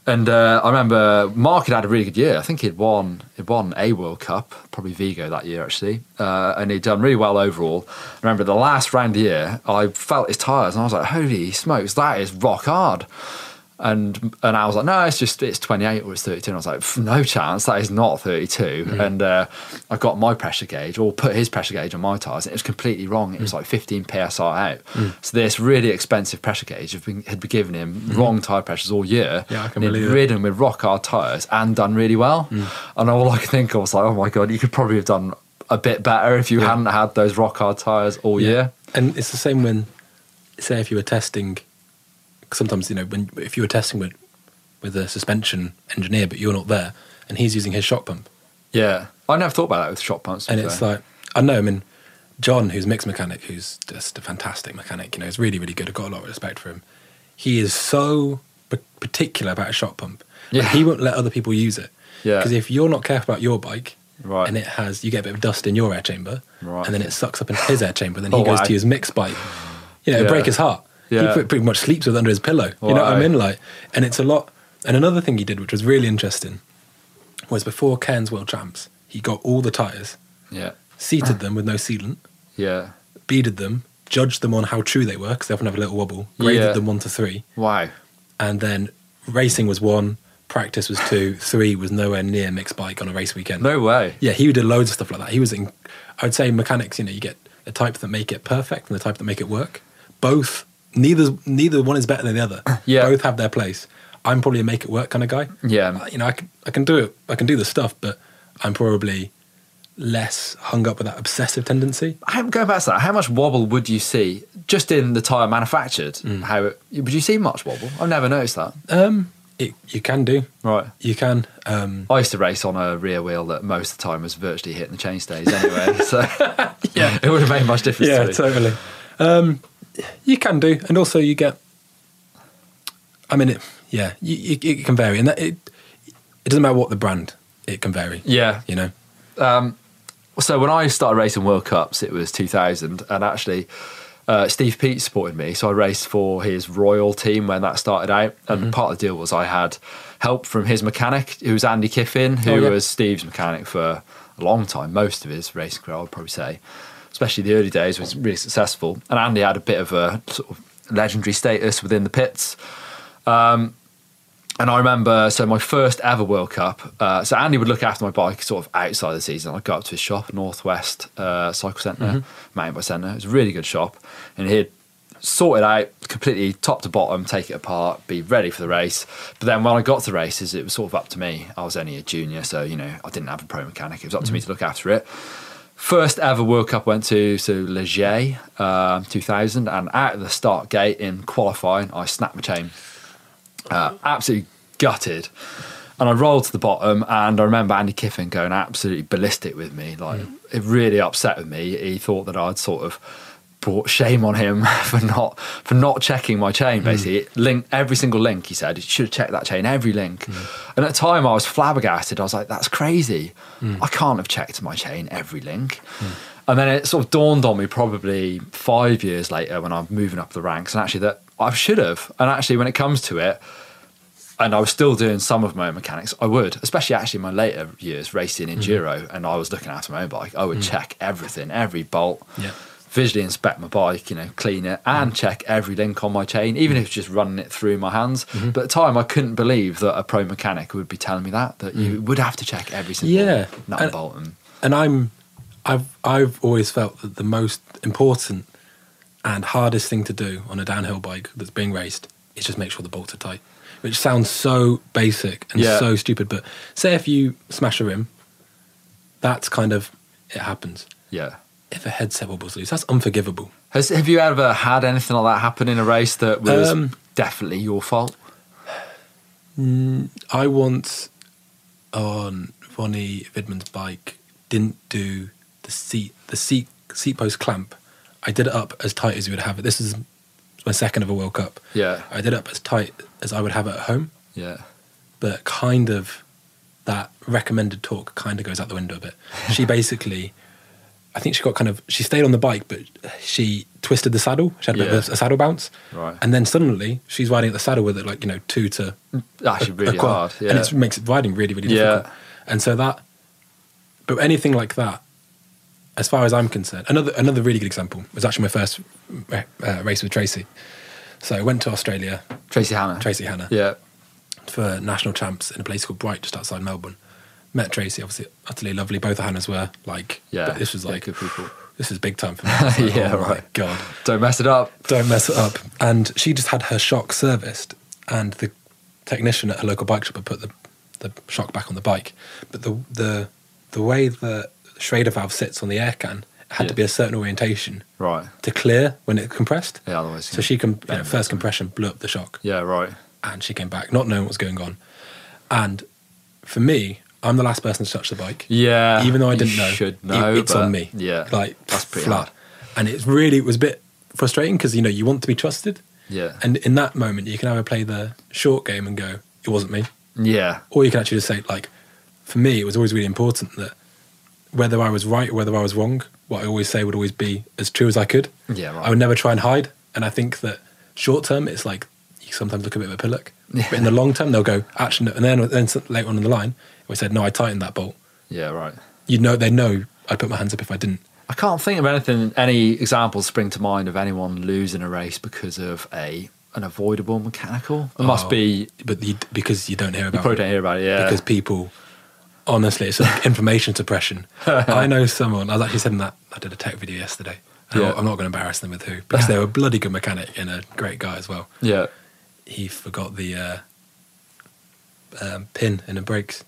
And uh, I remember Mark had had a really good year. I think he'd won he'd won a World Cup, probably Vigo that year actually, uh, and he'd done really well overall. I remember the last round of the year, I felt his tyres and I was like, "Holy smokes, that is rock hard!" And and I was like, "No, it's just it's 28 or it's 32." And I was like, "Pff, "No chance, that is not 32." And uh, I got my pressure gauge or put his pressure gauge on my tyres, and it was completely wrong. It was like 15 psi out. So this really expensive pressure gauge had been, had been giving him wrong tyre pressures all year. Yeah, I can And he'd believe it. Mm. ridden with rock hard tyres and done really well. And all I could think of was like, oh my god, you could probably have done a bit better if you hadn't had those rock hard tyres all year. And it's the same when, say, if you were testing. 'cause Sometimes you know when if you were testing with with a suspension engineer, but you're not there, and he's using his shock pump, Yeah, I never thought about that with shot pumps. and it's like I know. I mean, John, who's a mixed mechanic, who's just a fantastic mechanic. You know, he's really really good. I've got a lot of respect for him. He is so p- particular about a shock pump. Like, Yeah. he won't let other people use it. Yeah. Because if you're not careful about your bike, Right. and it has you get a bit of dust in your air chamber, Right. and then it sucks up into his air chamber, and then he [laughs] Oh, goes wow. to his mixed bike. You know, Yeah. it'd break his heart. Yeah. He pre- pretty much sleeps with under his pillow. You know what Wow. I mean? Like, and it's a lot. And another thing he did, which was really interesting, was before Cairns World Champs, he got all the tires, yeah, seated them with no sealant, yeah, beaded them, judged them on how true they were because they often have a little wobble, graded Yeah. them one to three, wow, and then racing was one, practice was two, three was nowhere near mixed bike on a race weekend. no way, Yeah, he did loads of stuff like that. He was in, I would say, mechanics. You know, you get the type that make it perfect and the type that make it work. Both, neither neither one is better than the other. [coughs] Yeah. both have their place. I'm probably a make it work kind of guy. Yeah. Uh, you know, I can I can do it. I can do the stuff, but I'm probably less hung up with that obsessive tendency. How, going back to that, how much wobble would you see just in the tyre manufactured? Mm. How it, would you see much wobble? I've never noticed that. Um, it, you can do. Right. You can. Um, I used to race on a rear wheel that most of the time was virtually hitting the chain stays anyway, [laughs] so yeah, it would have made much difference. to yeah, me. totally. Um, you can do, and also you get. I mean, it, yeah, you, you, it can vary, and that, it it doesn't matter what the brand. it can vary. Yeah. You know, So when I started racing World Cups, it was 2000, and actually, uh, Steve Pete supported me, so I raced for his Royal team when that started out. And Mm-hmm. part of the deal was I had help from his mechanic, who was Andy Kiffin, who Oh, yeah. was Steve's mechanic for a long time, most of his racing career, I would probably say, especially the early days, was really successful. And Andy had a bit of a sort of legendary status within the pits. And I remember, so my first ever World Cup. Uh, so Andy would look after my bike sort of outside the season. I'd go up to his shop, Northwest uh, Cycle Centre, Mountain Bike Centre. It was a really good shop. And he'd sort it out completely top to bottom, take it apart, be ready for the race. But then when I got to races, it was sort of up to me. I was only a junior, so, you know, I didn't have a pro mechanic. It was up to me to look after it. First ever World Cup went to so Leger, um, 2000, and out of the start gate in qualifying, I snapped my chain uh, absolutely gutted. And I rolled to the bottom, and I remember Andy Kiffin going absolutely ballistic with me. Like, it really upset with me. He thought that I'd sort of brought shame on him [laughs] for not for not checking my chain. Basically, it linked every single link. He said you should have checked that chain, every link. And at the time, I was flabbergasted. I was like, "That's crazy. I can't have checked my chain every link." And then it sort of dawned on me probably five years later when I'm moving up the ranks, and actually that I should have. And actually, when it comes to it, and I was still doing some of my own mechanics, I would, especially actually in my later years racing Mm-hmm. enduro, and I was looking after my own bike. I would check everything, every bolt, Mm. Yeah. Mm. visually inspect my bike, you know, clean it, and check every link on my chain, even if it's just running it through my hands. Mm-hmm. But at the time, I couldn't believe that a pro mechanic would be telling me that that you would have to check every single Mm. Yeah. nut and And- bolt. And, and I'm, I've, I've always felt that the most important and hardest thing to do on a downhill bike that's being raced is just make sure the bolts are tight, which sounds so basic and Yeah. so stupid. But say if you smash a rim, that's kind of it happens. yeah. If a head wobbles loose, that's unforgivable. Has, have you ever had anything like that happen in a race that was Um, definitely your fault? I once on Ronnie Vidman's bike didn't do the seat the seat seat post clamp. I did it up as tight as you would have it. This is my second ever World Cup. Yeah. I did it up as tight as I would have it at home, Yeah. but kind of that recommended talk kind of goes out the window [laughs] a bit. She basically, I think she got kind of she stayed on the bike, but she twisted the saddle. She had a bit of Yeah. a, a saddle bounce, Right. and then suddenly she's riding at the saddle with it like you know two to Actually, a- a really quad. hard. Yeah. and it makes riding really really Yeah. difficult. And so that, but anything like that, as far as I'm concerned, another another really good example was actually my first uh, race with Tracy. So I went to Australia, Tracy Hannah. Tracy Hannah, Yeah. for national champs in a place called Bright, just outside Melbourne. Met Tracy, obviously utterly lovely. Both the Hannahs were like, Yeah. but this was Yeah, like, good people. this is [laughs] big time for me. I was like, Yeah, oh my right. God, Don't mess it up. don't mess it up. And she just had her shock serviced, and the technician at her local bike shop had put the, the shock back on the bike. But the the the way the Schrader valve sits on the air can it had to Yeah. be a certain orientation Right. to clear when it compressed. Yeah, otherwise. So she, com- you know, first compression blew up the shock Yeah, right. and she came back not knowing what was going on. And for me, I'm the last person to touch the bike. Yeah. Even though I Uh, you didn't know, Should it- know. it's but on me. Yeah. like that's pretty flat. hard. And it's really it was a bit frustrating because you know you want to be trusted, Yeah. and in that moment you can either play the short game and go, "It wasn't me," yeah. or you can actually just say, like, for me, it was always really important that whether I was right or whether I was wrong, what I always say would always be as true as I could. Yeah, right. I would never try and hide. And I think that short term, it's like you sometimes look a bit of a pillock. But in the long term, they'll go, actually, no. and then, then s- later on in the line, we said, no, I tightened that bolt. Yeah, right. You know, they know I'd put my hands up if I didn't. I can't think of anything, any examples spring to mind of anyone losing a race because of a an avoidable mechanical. It must Oh, be. But you, because you don't hear about Probably it. don't hear about it. Yeah. because people honestly [laughs] it's like information suppression i know someone i was actually saying that i did a tech video yesterday and Yeah. i'm not going to embarrass them with who [laughs] because they were a bloody good mechanic and a great guy as well yeah. he forgot the uh, um, pin in the brakes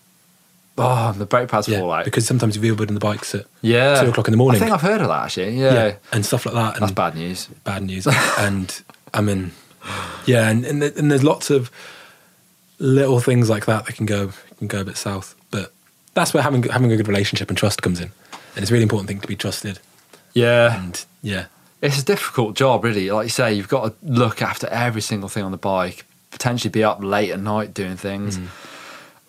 Oh, and the brake pads fall out. because sometimes you wheel building the bikes at yeah. two o'clock in the morning I think I've heard of that actually. Yeah. and stuff like that and That's bad news. bad news. and I mean, yeah, and and, th- and there's lots of little things like that that can go can go a bit south. But that's where having having a good relationship and trust comes in, and it's a really important thing to be trusted. Yeah. And yeah, it's a difficult job, really. Like you say, you've got to Mm. look after every single thing on the bike, potentially be up late at night doing things.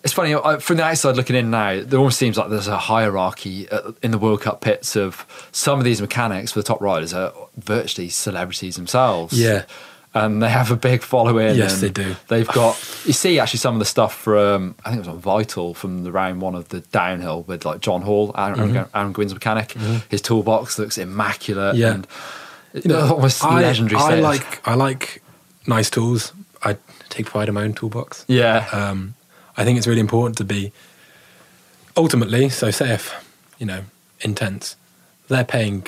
It's funny I- from the outside looking in now. There almost seems like there's a hierarchy uh, in the World Cup pits of some of these mechanics for the top riders are virtually celebrities themselves. Yeah. and they have a big following. Yes, and they do. They've got you see actually some of the stuff from I think it was on Vital from the round one of the downhill with like John Hall, Aaron, Mm-hmm. Aaron, Gwynn's mechanic. His toolbox looks immaculate. Yeah. and almost legendary. Uh, I status. like I like nice tools. I take pride in my own toolbox. yeah. Um, I think it's really important to be ultimately. So say if you know intense, they're paying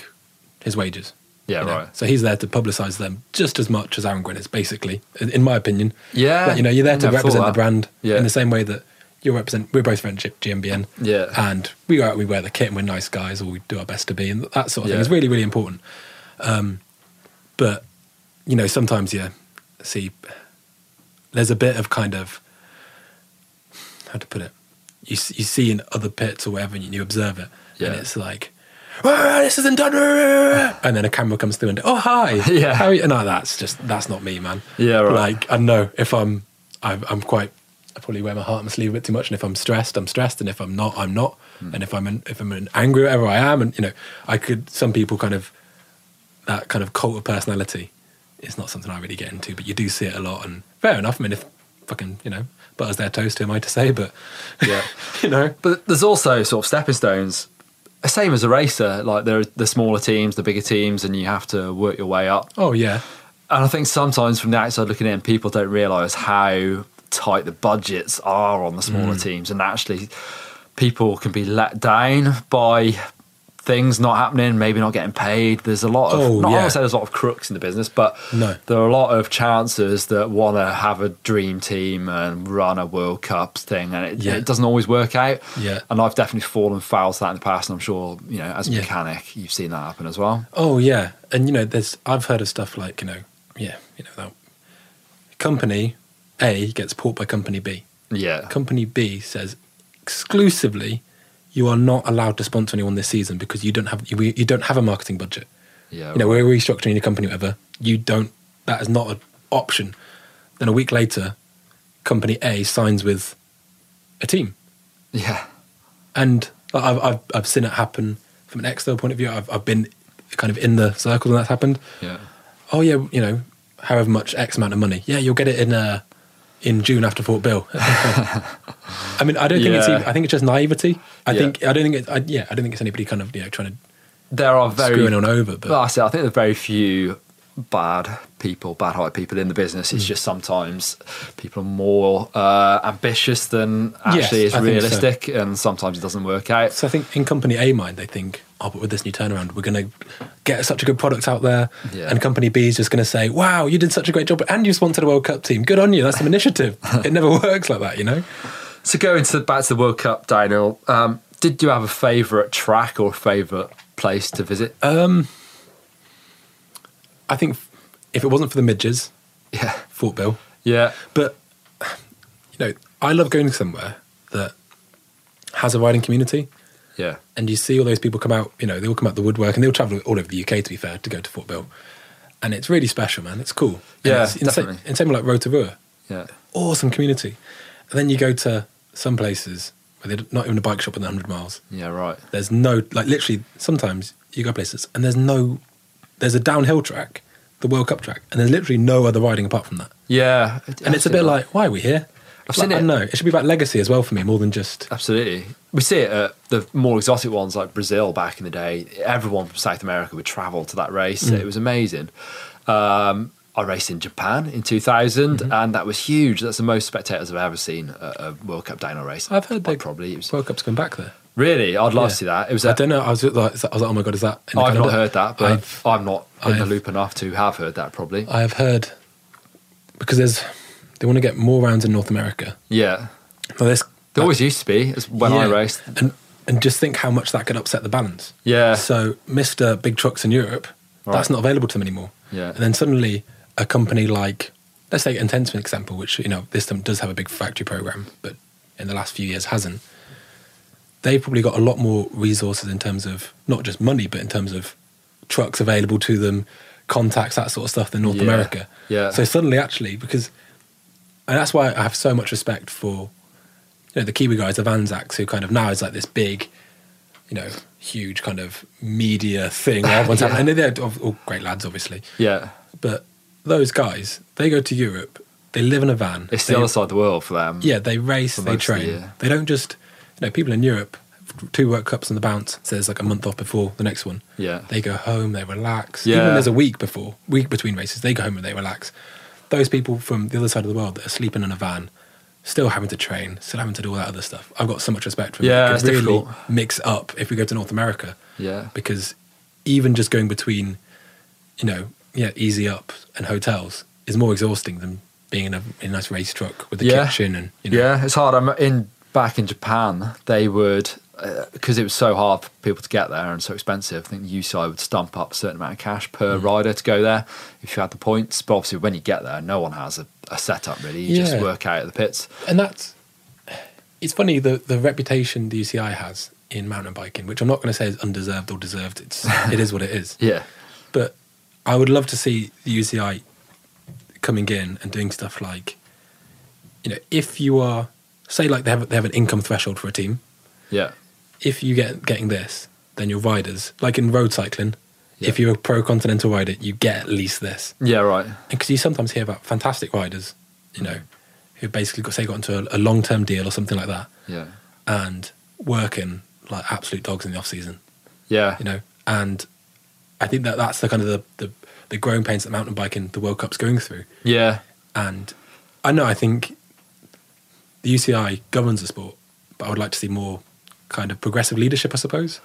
his wages. Yeah, you know. right. So he's there to publicise them just as much as Aaron Gwynn is, basically, in in my opinion. Yeah, Like, you know, you're there I to never thought represent the that. brand Yeah. in the same way that you represent. We're both friendship GMBN. Yeah. And we go out, we wear the kit, and we're nice guys, or we do our best to be, and that sort of Yeah. thing is really, really important. Um, but you know, sometimes you see there's a bit of kind of how to put it. You s- you see in other pits or wherever, and you, you observe it, and Yeah. it's like. "Ah, this isn't done. ah." And then a camera comes through and oh hi, [laughs] Yeah. How are you? No, that's just that's not me, man. Yeah, right. Like I know if I'm, I'm, I'm quite. I probably wear my heart on my sleeve a bit too much, and if I'm stressed, I'm stressed, and if I'm not, I'm not, Hmm. and if I'm in, if I'm in angry, whatever I am, and you know, I could. Some people kind of that kind of cult of personality is not something I really get into, but you do see it a lot, and fair enough. I mean, if fucking you know, butter's their toast, who am I to say? But [laughs] yeah. you know, But there's also sort of stepping stones, same as a racer. Like there are the smaller teams, the bigger teams, and you have to work your way up. oh yeah, And I think sometimes from the outside looking in, people don't realise how tight the budgets are on the smaller Mm. teams, and actually, people can be let down by things not happening, maybe not getting paid. There's a lot of Oh, not I yeah. won't say there's a lot of crooks in the business, but No. there are a lot of chances that want to have a dream team and run a World Cup thing, and it, Yeah. it doesn't always work out. Yeah. and I've definitely fallen foul to that in the past, and I'm sure you know as a Yeah. mechanic you've seen that happen as well. Oh yeah, and you know, there's I've heard of stuff like you know, yeah, you know that company A gets bought by company B. Yeah, Company B says exclusively, you are not allowed to sponsor anyone this season because you don't have you, you don't have a marketing budget. yeah, You know, we're restructuring your company, whatever. You don't. That is not an option. Then a week later, company A signs with a team yeah. and I've, I've I've seen it happen from an external point of view. I've I've been kind of in the circle when that's happened. Yeah. Oh yeah, you know, however much X amount of money. Yeah, you'll get it in uh, in June after Fort Bill. [laughs] I mean, I don't think it's Yeah. even, I think it's just naivety. I Yeah. think I don't think it, I, yeah I don't think it's anybody kind of you know trying to There are very screw anyone over. But Well, I say I think there are very few bad people, bad hearted people in the business. Hmm. It's just sometimes people are more uh, ambitious than Yes, actually I is think so. realistic, and sometimes it doesn't work out. So I think in company A mind, they think, oh, but with this new turnaround, we're going to get such a good product out there. Yeah. And company B is just going to say, wow, you did such a great job and you sponsored a World Cup team. Good on you. That's some [laughs] initiative. it never [laughs] works like that, you know? So going to back to the World Cup, Daniel, um, did you have a favourite track or favourite place to visit? Uh, I think if it wasn't for the midges, [laughs] yeah, Fort Bill. yeah, But, you know, I love going somewhere that has a riding community. yeah, and you see all those people come out, you know, they all come out the woodwork and they'll travel all over the UK, to be fair, to go to Fort Bill. And it's really special, man. It's cool. And Yeah, it's insane. definitely. And same like Rotorua, yeah, awesome community. And then you go to some places where they're not even a bike shop in 100 miles. yeah. Right. There's no, like, literally, sometimes you go places and there's no, there's a downhill track, the World Cup track, and there's literally no other riding apart from that. Yeah, And it's a bit like, why are we here? I've Like, seen it. I don't know. It should be about legacy as well for me, more than just Absolutely. We see it at the more exotic ones like Brazil back in the day. Everyone from South America would travel to that race. Mm. It was amazing. Um, I raced in Japan in 2000, Mm-hmm. and that was huge. That's the most spectators I've ever seen at a World Cup downhill race. I've heard I they- probably. It was, World Cup's come back there. really, I'd love Yeah. to see that. It was. I a- don't know. I was, like, I was like, oh my god, is that? In the I've not calendar? heard that, but I've, I've, I'm not in the I've- Uh, loop enough to have heard that. Probably. I have heard because there's they want to get more rounds in North America. yeah. Now this There always used to be. It's when I uh, Yeah. raced. and and just think how much that could upset the balance. Yeah. So Mister Big Trucks in Europe, Right. that's not available to them anymore. Yeah. And then suddenly a company like let's take Intense for an example, which you know this time does have a big factory program, but in the last few years hasn't. They've probably got a lot more resources in terms of not just money, but in terms of trucks available to them, contacts, that sort of stuff than North Yeah. America. Yeah. So suddenly, actually, because and that's why I have so much respect for you know, the Kiwi guys, the Vanzaks, who kind of now is like this big, you know, huge kind of [laughs] media thing. where Everyone's having- and they're all all great lads, obviously. Yeah. But those guys, they go to Europe, they live in a van. It's they, the other side of the world for them. Yeah, they race, they most of the train. year. They don't just, you know, people in Europe, two World Cups on the bounce, so there's like a month off before the next one. Yeah. They go home, they relax. Yeah. Even when there's a week before, week between races, they go home and they relax. Those people from the other side of the world that are sleeping in a van, still having to train, still having to do all that other stuff. I've got so much respect for them. Yeah, It could it's really difficult. mix up if we go to North America Yeah. because even just going between, you know, yeah, easy up and hotels is more exhausting than being in a, in a nice race truck with a Yeah. kitchen and you know. Yeah, it's hard. I'm in back in Japan. They would because it was so hard for people to get there and so expensive. I think the UCI would stump up a certain amount of cash per Mm. rider to go there if you had the points. But obviously, when you get there, no one has a, a setup really. You just Yeah. work out at the pits. And that's it's funny the the reputation the UCI has in mountain biking, which I'm not going to say is undeserved or deserved. It's it is what it is. [laughs] Yeah, But I would love to see the UCI coming in and doing stuff like, you know, if you are say like they have they have an income threshold for a team. yeah, if you get getting this, then your riders, like in road cycling, Yeah. if you're a pro continental rider, you get at least this. yeah. Right. Because you sometimes hear about fantastic riders, you know, who basically got say got into a, a long term deal or something like that, Yeah, and working like absolute dogs in the off season, yeah, you know. And I think that that's the kind of the the, the growing pains that mountain biking, the World Cup's going through. yeah, And I know I think the UCI governs the sport, but I would like to see more kind of progressive leadership, I suppose.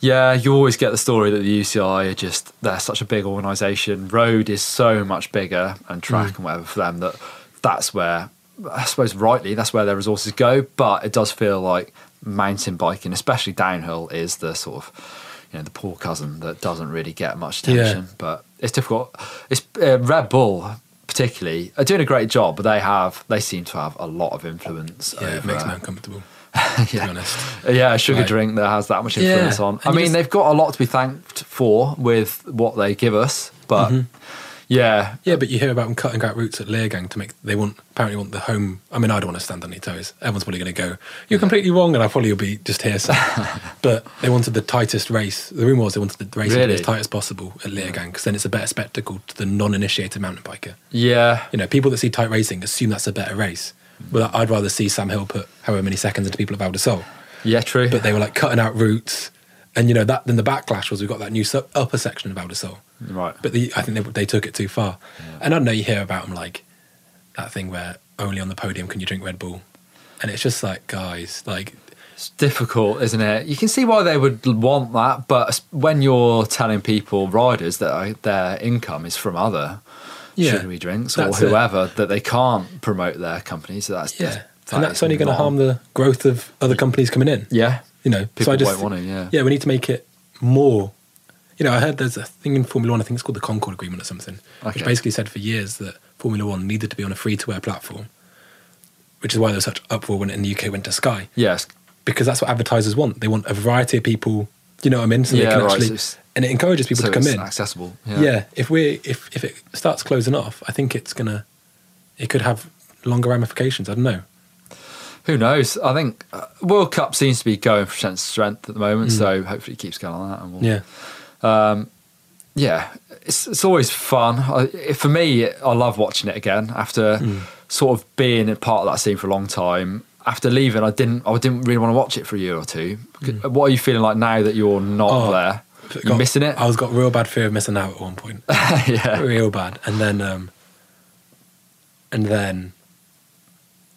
yeah. You always get the story that the UCI are just they're such a big organisation. Road is so much bigger and track Mm. and whatever for them that that's where I suppose rightly that's where their resources go. But it does feel like mountain biking, especially downhill, is the sort of you know the poor cousin that doesn't really get much Yeah. attention. But it's difficult. It's uh, Red Bull. Particularly, are doing a great job, but they have they seem to have a lot of influence. Yeah, it over- makes me uncomfortable. To [laughs] Yeah. be honest, Yeah, a sugar Right. drink that has that much Yeah, influence on. I and you mean, just- they've got a lot to be thanked for with what they give us, but Mm-hmm. yeah, yeah, but you hear about them cutting out routes at Leergang to make they want apparently want the home. I mean, I don't want to stand on any toes. Everyone's probably going to go, "You're completely wrong," and I probably will be just here. So. but they wanted the tightest race. The rumor was they wanted the race to be Really? as tight as possible at Leergang because then it's a better spectacle to the non-initiated mountain biker. yeah, You know, people that see tight racing assume that's a better race. Well, I'd rather see Sam Hill put however many seconds into people of Valdesol. yeah, true. But they were like cutting out routes, and you know that. Then the backlash was we got that new su- upper section of Valdesol. right, But the, I think they, they took it too far. And I know you hear about them like that thing where only on the podium can you drink Red Bull. And it's just like, guys, like, it's difficult, isn't it? You can see why they would want that, but when you're telling people riders that uh, their income is from other Yeah, sugary drinks or that's it. whoever that they can't promote their company, so that's yeah. that and is that's only going to wrong. harm the growth of other companies coming in. yeah, You know, People I just, won't want it, yeah. Yeah, we need to make it more. You know, I heard there's a thing in Formula One, I think it's called the Concord Agreement or something, Okay. which basically said for years that Formula One needed to be on a free to air platform, which is why there was such uproar when it in the UK went to Sky. yes, because that's what advertisers want. They want a variety of people. You know what I mean? So Yeah, they can right, actually, so it's- and it encourages people so to come it's in. accessible. Yeah. If we if if it starts closing off, I think it's gonna it could have longer ramifications. I don't know. Who knows? I think uh, World Cup seems to be going from strength to strength at the moment, so hopefully it keeps going on that. And we'll, Mm. Yeah. yeah, it's it's always fun. I, it- for me, I love watching it again after Mm. sort of being a part of that scene for a long time. After leaving, I didn't I didn't really want to watch it for a year or two. C- What are you feeling like now that you're not Mm. Oh, there? But You got- missing it? I was got real bad fear of missing out at one point, [laughs] yeah, real bad. And then um, and then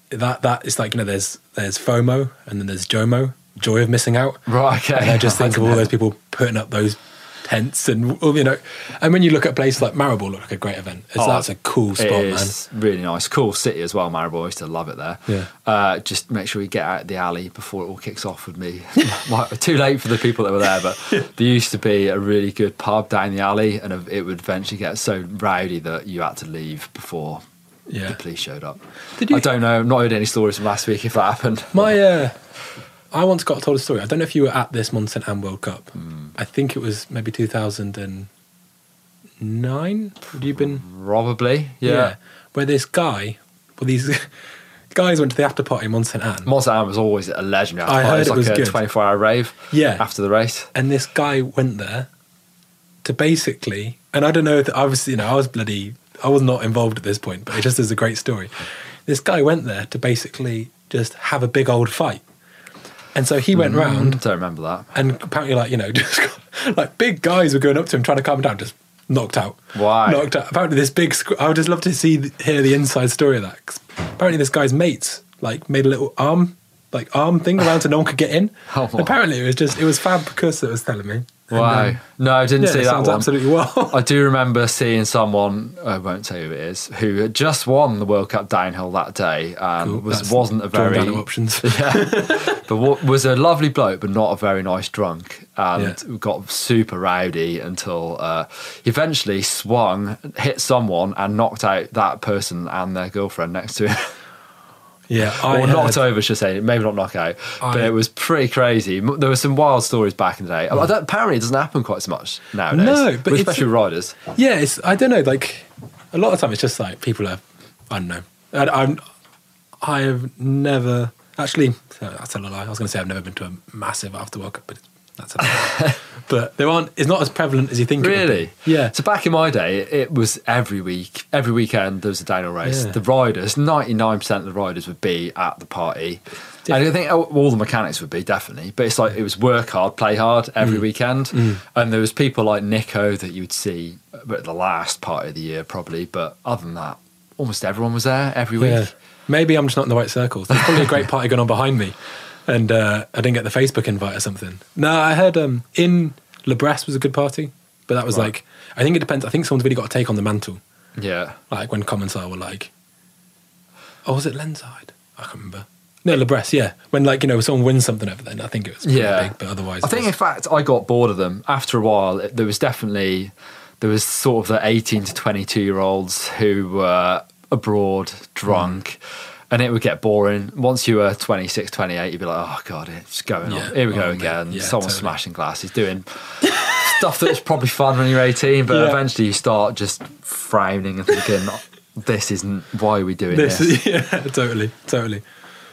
that that is like you know there's there's FOMO and then there's JOMO, joy of missing out. right. Okay. And [laughs] I just think of all those people putting up those tents and all you know. And when you look at places like Maribor, look like a great event. It's, Oh, that's a cool spot, It man. is really nice, cool city as well. Maribor, I used to love it there. Yeah. Uh, just make sure you get out the alley before it all kicks off with me. [laughs] Might- Too late for the people that were there, [laughs] but there used to be a really good pub down the alley, and it would eventually get so rowdy that you had to leave before Yeah. the police showed up. Did you- I don't know. I've not heard any stories from last week if that happened. My, uh, I once got told a story. I don't know if you were at this Mont Saint Anne World Cup. Hmm. I think it was maybe 2009. Would you been? Probably. Yeah. Where this guy, well, these [laughs] guys went to the after party in Mont Anne, Mozart was always a legendary. I after party. heard it was like a good. 24 hour rave Yeah. after the race. and this guy went there to basically, and I don't know if obviously you know I was bloody, I was not involved at this point, but it just is a great story. This guy went there to basically just have a big old fight, and so he went round Don't remember that. and apparently like you know [laughs] just got, like big guys were going up to him trying to calm him down just knocked out Why? knocked out apparently this big sc- i would just love to see hear the inside story of that 'cause apparently this guy's mates like made a little arm like arm thing around so no one could get in [laughs] Oh, wow. apparently it was just it was fab because that was telling me And, Wow. um, no, I didn't yeah see it that sounds one. absolutely [laughs] well I do remember seeing someone, I won't say who it is, who had just won the World Cup downhill that day and Cool, was, that's wasn't a drawn very. down to [laughs] options but wa- was a lovely bloke, but not a very nice drunk, and Yeah. got super rowdy until uh, he eventually swung, hit someone, and knocked out that person and their girlfriend next to him. yeah or I knocked heard- over, should say. Maybe not knock out, but I- it was pretty crazy. M- There were some wild stories back in the day. I don't- apparently, it doesn't happen quite as much nowadays. No, but with it's- especially riders. yeah, it's I don't know. Like a lot of time, it's just like people are. I don't know. I, I'm. I have never actually. That's a lie. I was going to say I've never been to a massive after World Cup, but that's [laughs] a lie. but there aren't. It's not as prevalent as you think. It would Really? be. Yeah. So back in my day, it was every week, every weekend there was a downhill race. Yeah. The riders, ninety nine percent of the riders would be at the party. And I think all the mechanics would be definitely, but it's like it was work hard, play hard Mm. every weekend. And there was people like Nico that you'd see at the last party of the year, probably. But other than that, almost everyone was there every week. yeah. Maybe I'm just not in the right circles. There's probably a great party going on behind me, and uh, I didn't get the Facebook invite or something. No, I heard um, in Le Bresse was a good party, but that was Right. like I think it depends. I think someone's really got to take on the mantle. Yeah. like when Commensar were like, oh, was it Lenside? I can't remember. No, Lebresse, yeah. When like you know someone wins something over then, I think it was pretty Yeah. big, but otherwise, I think, in it was- fact, I got bored of them after a while. It, there was definitely there was sort of the eighteen to twenty-two year olds who were abroad, drunk, Mm. and it would get boring. Once you were 26, 28, you'd be like, "Oh God, it's going Yeah. on. Here we go Oh, mate. again. Yeah, Someone totally. smashing glasses, [laughs] doing." Stuff that's probably fun when you're 18, but Yeah. eventually you start just frowning and thinking, "This isn't why are we doing this." this, [laughs] yeah, totally, totally.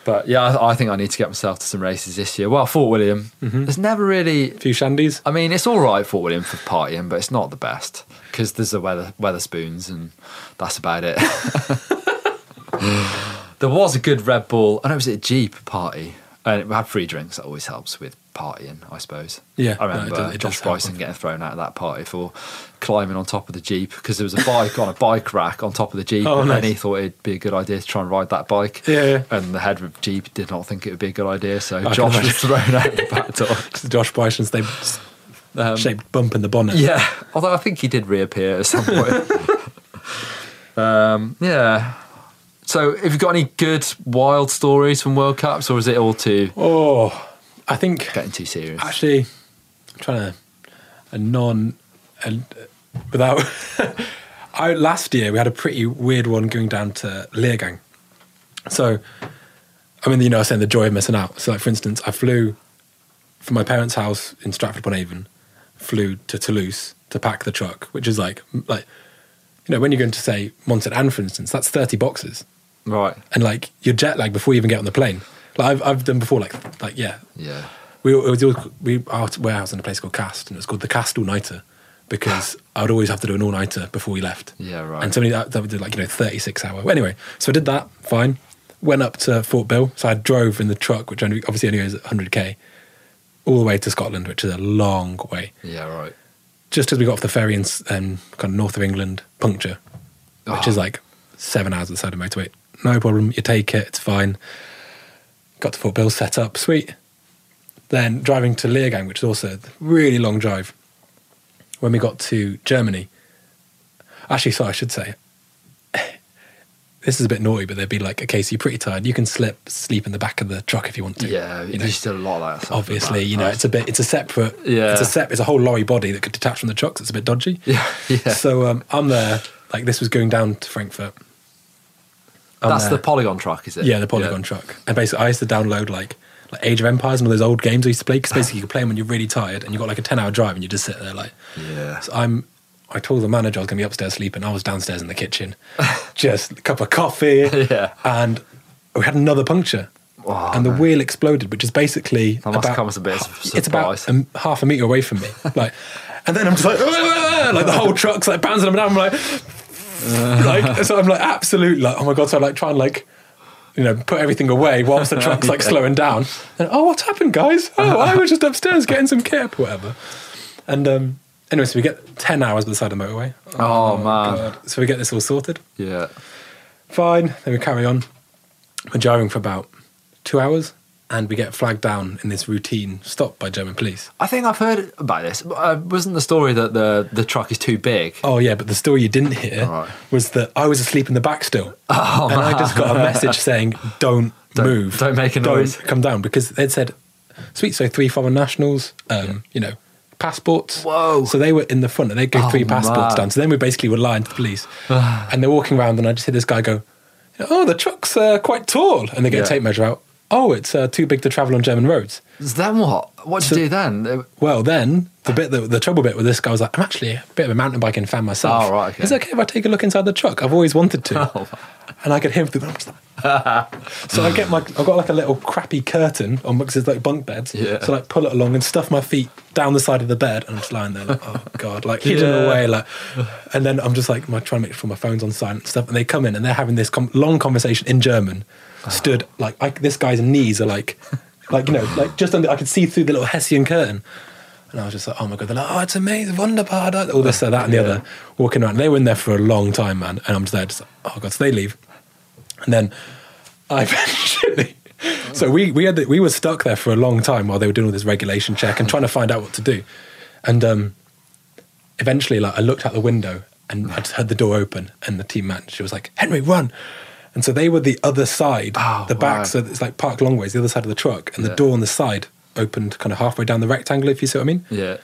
But yeah, I, I think I need to get myself to some races this year. Well, Fort William, there's never really A few shandies. I mean, it's all right for William for partying, but it's not the best because there's the weather weather spoons, and that's about it. [laughs] there was a good Red Bull, and it was at a Jeep party, and we had free drinks. That always helps with partying, I suppose. Yeah, I no, it remember does- it does Josh help. Bryson getting thrown out of that party for climbing on top of the Jeep because there was a bike on a bike rack on top of the Jeep, Oh, and nice. he thought it'd be a good idea to try and ride that bike. Yeah, yeah. and the head of Jeep did not think it would be a good idea, so can Josh was imagine. thrown out the [laughs] back door. Josh Bryson's they Um, shaped bump in the bonnet. yeah, although I think he did reappear at some [laughs] point. um, yeah. So, have you got any good wild stories from World Cups, or is it all too Oh, I think getting too serious? actually, I'm trying to a non and without. [laughs] I last year we had a pretty weird one going down to Leergang. So, I mean, you know, I was saying the joy of missing out. So, like for instance, I flew from my parents' house in Stratford upon Avon, flew to Toulouse to pack the truck, which is like like. You know, when you're going to say Mont Saint Anne, for instance, that's 30 boxes Right. and like you're jet lagged before you even get on the plane. Like I've, I've done before, like like yeah, Yeah. we it was all, we our warehouse in a place called Cast, and it was called the Cast All Nighter [sighs] because I would always have to do an all nighter before we left. Yeah, right. And somebody that, that would do like you know thirty six hour. Well, anyway, so I did that. Fine. Went up to Fort Bill, so I drove in the truck, which only, obviously only goes hundred k, all the way to Scotland, which is a long way. Yeah. Right. Just as we got off the ferry in s- um, kind of north of England, puncture, which Oh. is like seven hours outside of motorway. No problem. You take it. It's fine. Got the Fort Bill set up. Sweet. Then driving to Leergang, which is also a really long drive. When we got to Germany, actually, sorry, I should say, [laughs] this is a bit naughty, but they'd be like, okay, so you're pretty tired. You can slip, sleep in the back of the truck if you want to. Yeah. You You know, still a lot of that. Stuff obviously, about you know, that. it's a bit, it's a separate, Yeah. it's a sep, it's a whole lorry body that could detach from the trucks. It's a bit dodgy. [laughs] [laughs] Yeah. Yeah. So um, I'm there. Like this was going down to Frankfurt. I'm That's the there. Polygon truck, is it? uh, yeah the Polygon truck. And basically, I used to download like like Age of Empires and all those old games I used [laughs] to play because basically you could play them when you're really tired and you got like a ten hour drive and you just sit there like. Yeah. So I'm. I told the manager I was going [laughs] to be upstairs sleeping. I was downstairs in the kitchen, just a cup of coffee. Yeah. And we had another puncture. Oh, and the wheel exploded, which is basically That must about, come as a bit of a it's about surprise. um, half a meter away [laughs] from me. Like, and then I'm just like, like the whole truck's like bouncing up and [laughs] down. I'm like, like, so I'm like, absolute, like, oh my god. So I like try and like, you know, put everything away whilst the [laughs] truck's like slowing down. And oh, what's happened, guys? Oh, I was just upstairs getting some kip, whatever. And um, anyway, so we get ten hours beside the motorway. Oh, man. God. So we get this all sorted. Yeah. Fine. Then we carry on. We're driving for about two hours and we get flagged down in this routine stop by German police. I think I've heard about this. Uh, wasn't the story that the, the truck is too big? Oh, yeah, but the story you didn't hear Right. Oh. was that I was asleep in the back still. and I just got [laughs] a message saying, don't, Don't- move. don't make a noise." Don't come down because they'd said, sweet, so three foreign nationals, um, you know, passports. Whoa. So they were in the front and they'd go Oh, three passports man. Ah. down. So then we basically were lying to the [sighs] police. and they're walking around and I just hear this guy go, oh, the truck's uh, quite tall. And they get Yeah. a tape measure out. Oh, it's uh, too big to travel on German roads. So Then what? What did you do then? It- Well, then the bit that, the trouble bit with this guy was like, I'm actually a bit of a mountain biking fan myself. Oh, right, okay. Oh, Is it okay if I take a look inside the truck? I've always [laughs] wanted to. And I could hear him through the I'm just like- So I get my, I've got like a little crappy curtain on because it's like bunk beds. Yeah. So like pull it along and stuff my feet down the side of the bed, and I'm just lying there like, oh god, like hidden Yeah. away, like. And then I'm just like, my trying to make sure my phone's on silent and stuff. And they come in and they're having this com- long conversation in German. Stood like I, this guy's knees are like, like you know, like just under. I could see through the little hessian curtain. And I was just like, oh my god, they're like, oh, it's amazing, wunderbar, da- all this, that, that, and the Yeah. other. Walking around, they were in there for a long time, man. And I'm just there, just like, oh god, so they leave, and then I [laughs] eventually. So we we had the, we were stuck there for a long time while they were doing all this regulation check and trying to find out what to do, and um, eventually, like I looked out the window and I just heard the door open and the team manager was like, "Henry, run!" And so they were the other side, Oh, the back, wow. so it's like parked long ways, the other side of the truck, and Yeah. the door on the side opened kind of halfway down the rectangle, if you see what I mean. Yeah.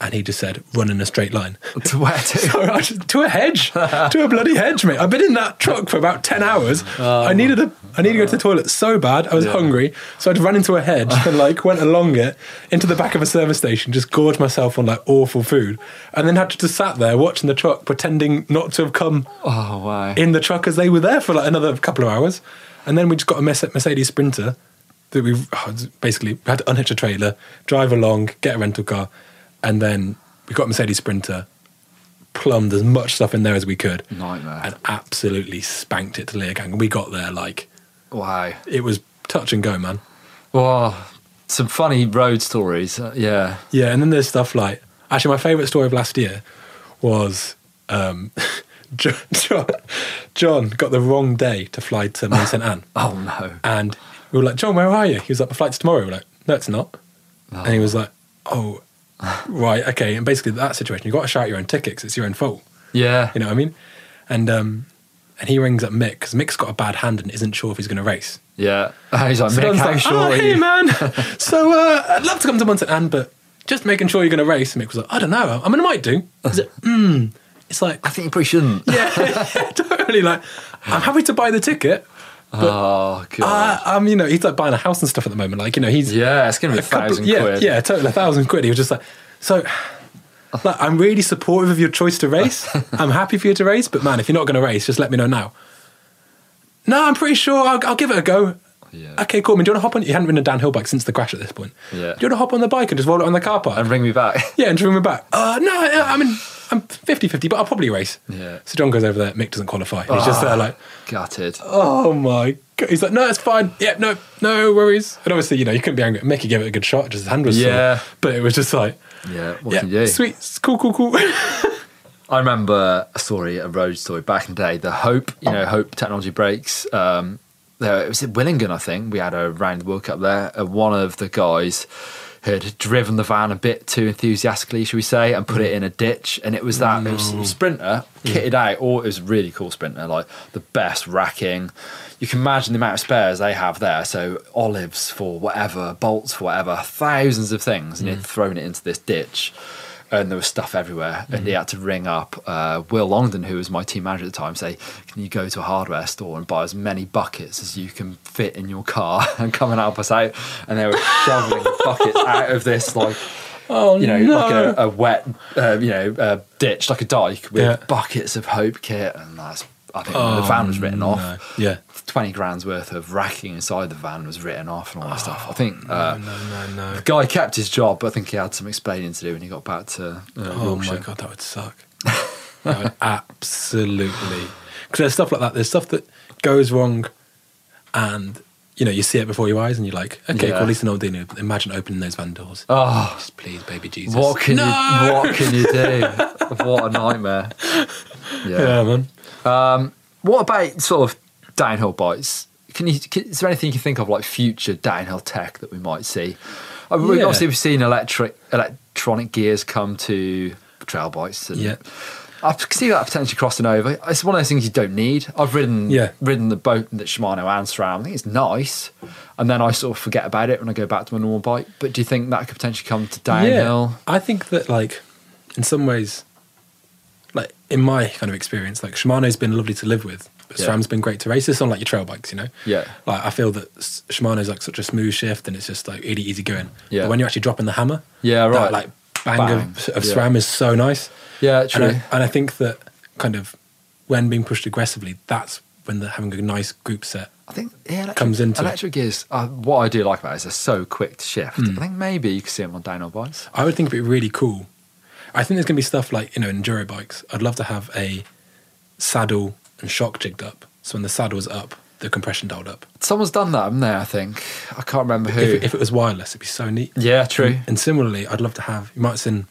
And he just said, "Run in a straight line." [laughs] To where [laughs] to? So I just, to a hedge, to a bloody hedge, mate. I've been in that truck for about ten hours. I needed a, I needed to go to the toilet so bad. I was Yeah. hungry, so I'd run into a hedge and like went along it into the back of a service station, just gorged myself on like awful food, and then had to just sat there watching the truck, pretending not to have come Oh, wow. in the truck as they were there for like another couple of hours, and then we just got a Merce- Mercedes Sprinter that we oh, basically had to unhitch a trailer, drive along, get a rental car, and then we got a Mercedes Sprinter, plumbed as much stuff in there as we could, Nightmare. and absolutely spanked it to Leogang. And we got there like Wow. it was touch and go, man. Whoa. Some funny road stories. Uh, yeah. Yeah, and then there's stuff like actually my favourite story of last year was um, [laughs] John, John John got the wrong day to fly to Mount St Anne. Oh, no. And we were like, John, where are you? He was like, the flight's tomorrow. We were like, no, it's not. And he was like, [laughs] oh, right, okay. And basically, that situation, you've got to shout your own tickets. It's your own fault. Yeah. You know what I mean? And um, and he rings up Mick because Mick's got a bad hand and isn't sure if he's going to race. Yeah. He's like, So Mick, John's how like, short "Ah, are hey, you? [laughs] man. so uh, I'd love to come to Munson Anne, but just making sure you're going to race. And Mick was like, I don't know. I mean, I might do. [laughs] He's like, mm. It's like, [laughs] I think you probably shouldn't. yeah, [laughs] totally. Like, I'm happy to buy the ticket. Oh, God. Uh, um, you know, he's like buying a house and stuff at the moment. Like, you know, he's yeah, it's going to be a couple- thousand yeah, quid. Yeah, total a thousand quid. He was just like, so. Like, I'm really supportive of your choice [laughs] to race. I'm happy for you to race, but man, if you're not going to race, just let me know now. No, I'm pretty sure I'll, I'll give it a go. Yeah. Okay, cool. I mean, do you want to hop on? You hadn't ridden a downhill bike since the crash at this point. Yeah. Do you want to hop on the bike and just roll it on the car park? And bring me back. Yeah, and drew me back. Uh, no, I, I mean, I'm 50 50, but I'll probably race. Yeah. Ah. So John goes over there. Mick doesn't qualify. He's just there, like, Gutted. oh my god. He's like, no, it's fine. Yeah, no, no worries. And obviously, you know, you couldn't be angry. Mickey gave it a good shot, just his hand was sore. Yeah. But it was just like, Yeah. What can you yeah, do? sweet, it's cool, cool, cool. [laughs] I remember a story, a road story back in the day. The Hope, you know, Hope Technology Breaks. Um, there, it was at Willingen, I think. We had a round the World Cup there, and one of the guys had driven the van a bit too enthusiastically, should we say, and put it in a ditch. And it was that it was sprinter kitted out, or it was a really cool sprinter, like the best racking. You can imagine the amount of spares they have there. So olives for whatever, bolts for whatever, thousands of things, and they'd thrown it into this ditch and there was stuff everywhere. And Mm-hmm. he had to ring up uh, Will Longdon, who was my team manager at the time, say, "Can you go to a hardware store and buy as many buckets as you can fit in your car [laughs] and come and help us out?" And they were shoveling buckets out of this like. oh, You know, no. like a, a wet, uh, you know, uh, ditch, like a dike with Yeah. Oh, buckets of hope kit, and that's I think the van was written off. No. Yeah. 20 grand's worth of racking inside the van was written off and all that stuff. I think Oh, No, uh, no, no. no. the guy kept his job, but I think he had some explaining to do when he got back to uh, Oh Yorkshire. my god, that would suck. that would absolutely. Because there's stuff like that. There's stuff that goes wrong, and you know you see it before your eyes, and you're like, okay, Yeah. cool. At least I know what I'm doing. Imagine opening those van doors. Oh, Just please, baby Jesus. what can no! you what can you do? what a nightmare. Yeah, man. Um, What about sort of downhill bikes? Can you? Can, is there anything you can think of like future downhill tech that we might see? I mean, Yeah. Obviously, we've seen electric electronic gears come to trail bikes. And Yeah. I can see that potentially crossing over. It's one of those things you don't need. I've ridden Yeah. ridden the boat that Shimano and SRAM. I think it's nice, and then I sort of forget about it when I go back to my normal bike. But do you think that could potentially come to downhill? I think that like in some ways, like in my kind of experience, like Shimano's been lovely to live with, but Yeah. SRAM's been great to race. It's on like your trail bikes, you know. Yeah. Like I feel that s- Shimano's like such a smooth shift, and it's just like really easy going. Yeah. But when you're actually dropping the hammer, Yeah, that, right. like bang, of, Bang. of Yeah. SRAM is so nice. Yeah, And true. I, and I think that kind of when being pushed aggressively, that's when they're having a nice group set. I think yeah, electric, comes into it. electric gears. Uh, what I do like about it is they're so quick to shift. Hmm. I think maybe you could see them on downhill bikes. I would think it'd be really cool. I think there's gonna be stuff like you know enduro bikes. I'd love to have a saddle and shock jigged up. So when the saddle's up, the compression dialed up. Someone's done that, haven't they? I think I can't remember who. Hmm. If, if it was wireless, it'd be so neat. yeah, true. And similarly, I'd love to have. You might have seen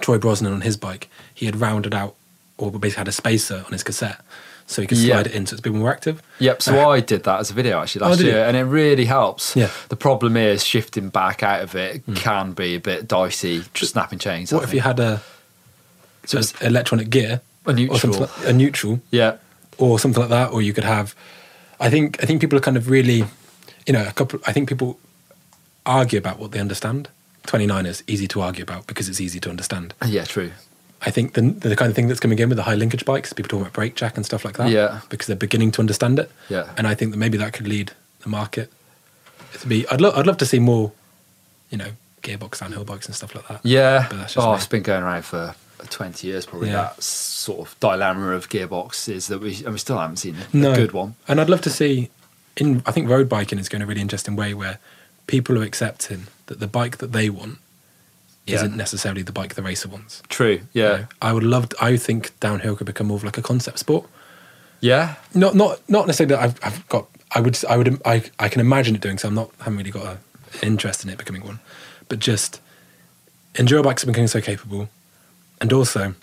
Troy Brosnan on his bike. He had rounded out, or basically had a spacer on his cassette, so he could Yeah. slide it in, so it's a bit more active. Uh, Yep. So I did that as a video actually last Oh, did year, you? and it really helps. Yeah. Hmm. The problem is shifting back out of it can be a bit dicey. Just snapping chains. What if you had a, So a- it's- electronic gear, A or neutral. something like, a neutral, yeah. or something like that, or you could have. I think I think people are kind of really, you know, a couple. I think people argue about what they understand. Twenty nine is easy to argue about because it's easy to understand. Yeah. Trtrue. I think the the kind of thing that's coming in with the high linkage bikes, people talking about brake jack and stuff like that. Yeah. because they're beginning to understand it. Yeah. and I think that maybe that could lead the market. To be, I'd love I'd love to see more, you know, gearbox downhill bikes and stuff like that. Yeah. But that's just Oh, me. it's been going around for. 20 years probably Yeah. that sort of dilemma of gearboxes that we and we still haven't seen a no. good one And I'd love to see in I think road biking is going a really interesting way where people are accepting that the bike that they want Yeah. isn't necessarily the bike the racer wants. true You yeah know, I would love to, I think downhill could become more of like a concept sport. yeah Not not not necessarily that I've I've got I would I would I, I can imagine it doing so I'm not haven't really got a, an interest in it becoming one. But just enduro bikes have become so capable. And also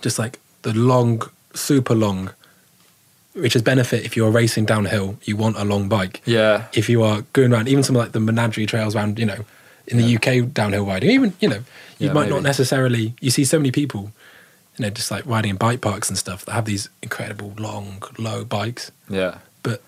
just like the long super long which is benefit if you're racing downhill, you want a long bike. yeah If you are going around, even some like the menagerie trails around, you know, in the UK downhill riding, even you know, you Yeah, might not maybe. necessarily. You see so many people, you know, just like riding in bike parks and stuff that have these incredible long, low bikes, yeah but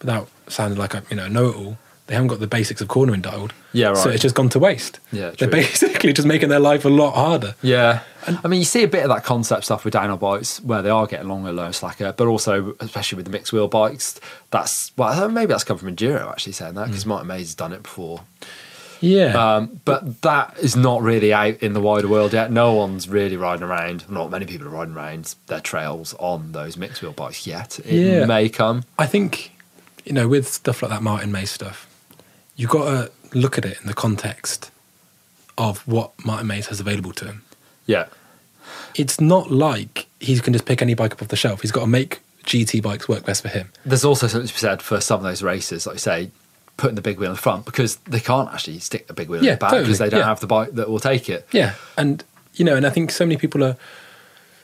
without sounding like I, you know, know it all, they haven't got the basics of cornering dialed. Yeah, right. So it's just gone to waste. Yeah, they're true. basically just making their life a lot harder. Yeah, I mean, you see a bit of that concept stuff with downhill bikes where they are getting longer, low and slacker, but also especially with the mixed wheel bikes. That's well, I don't know, maybe that's come from enduro actually saying that because Martin Mays has done it before. Mm. Yeah, Um, but that is not really out in the wider world yet. No one's really riding around. Not many people are riding around their trails on those mixed wheel bikes yet. It Yeah. may come. I think, you know, with stuff like that Martin May stuff, you've got to look at it in the context of what Martin Mays has available to him. Yeah, It's not like he can just pick any bike up off the shelf. He's got to make GT bikes work best for him. there's also something to be said for some of those races, like you say, putting the big wheel in front because they can't actually stick the big wheel in Yeah, the back because totally, they don't yeah. have the bike that will take it. Yeah. And, you know, and I think so many people are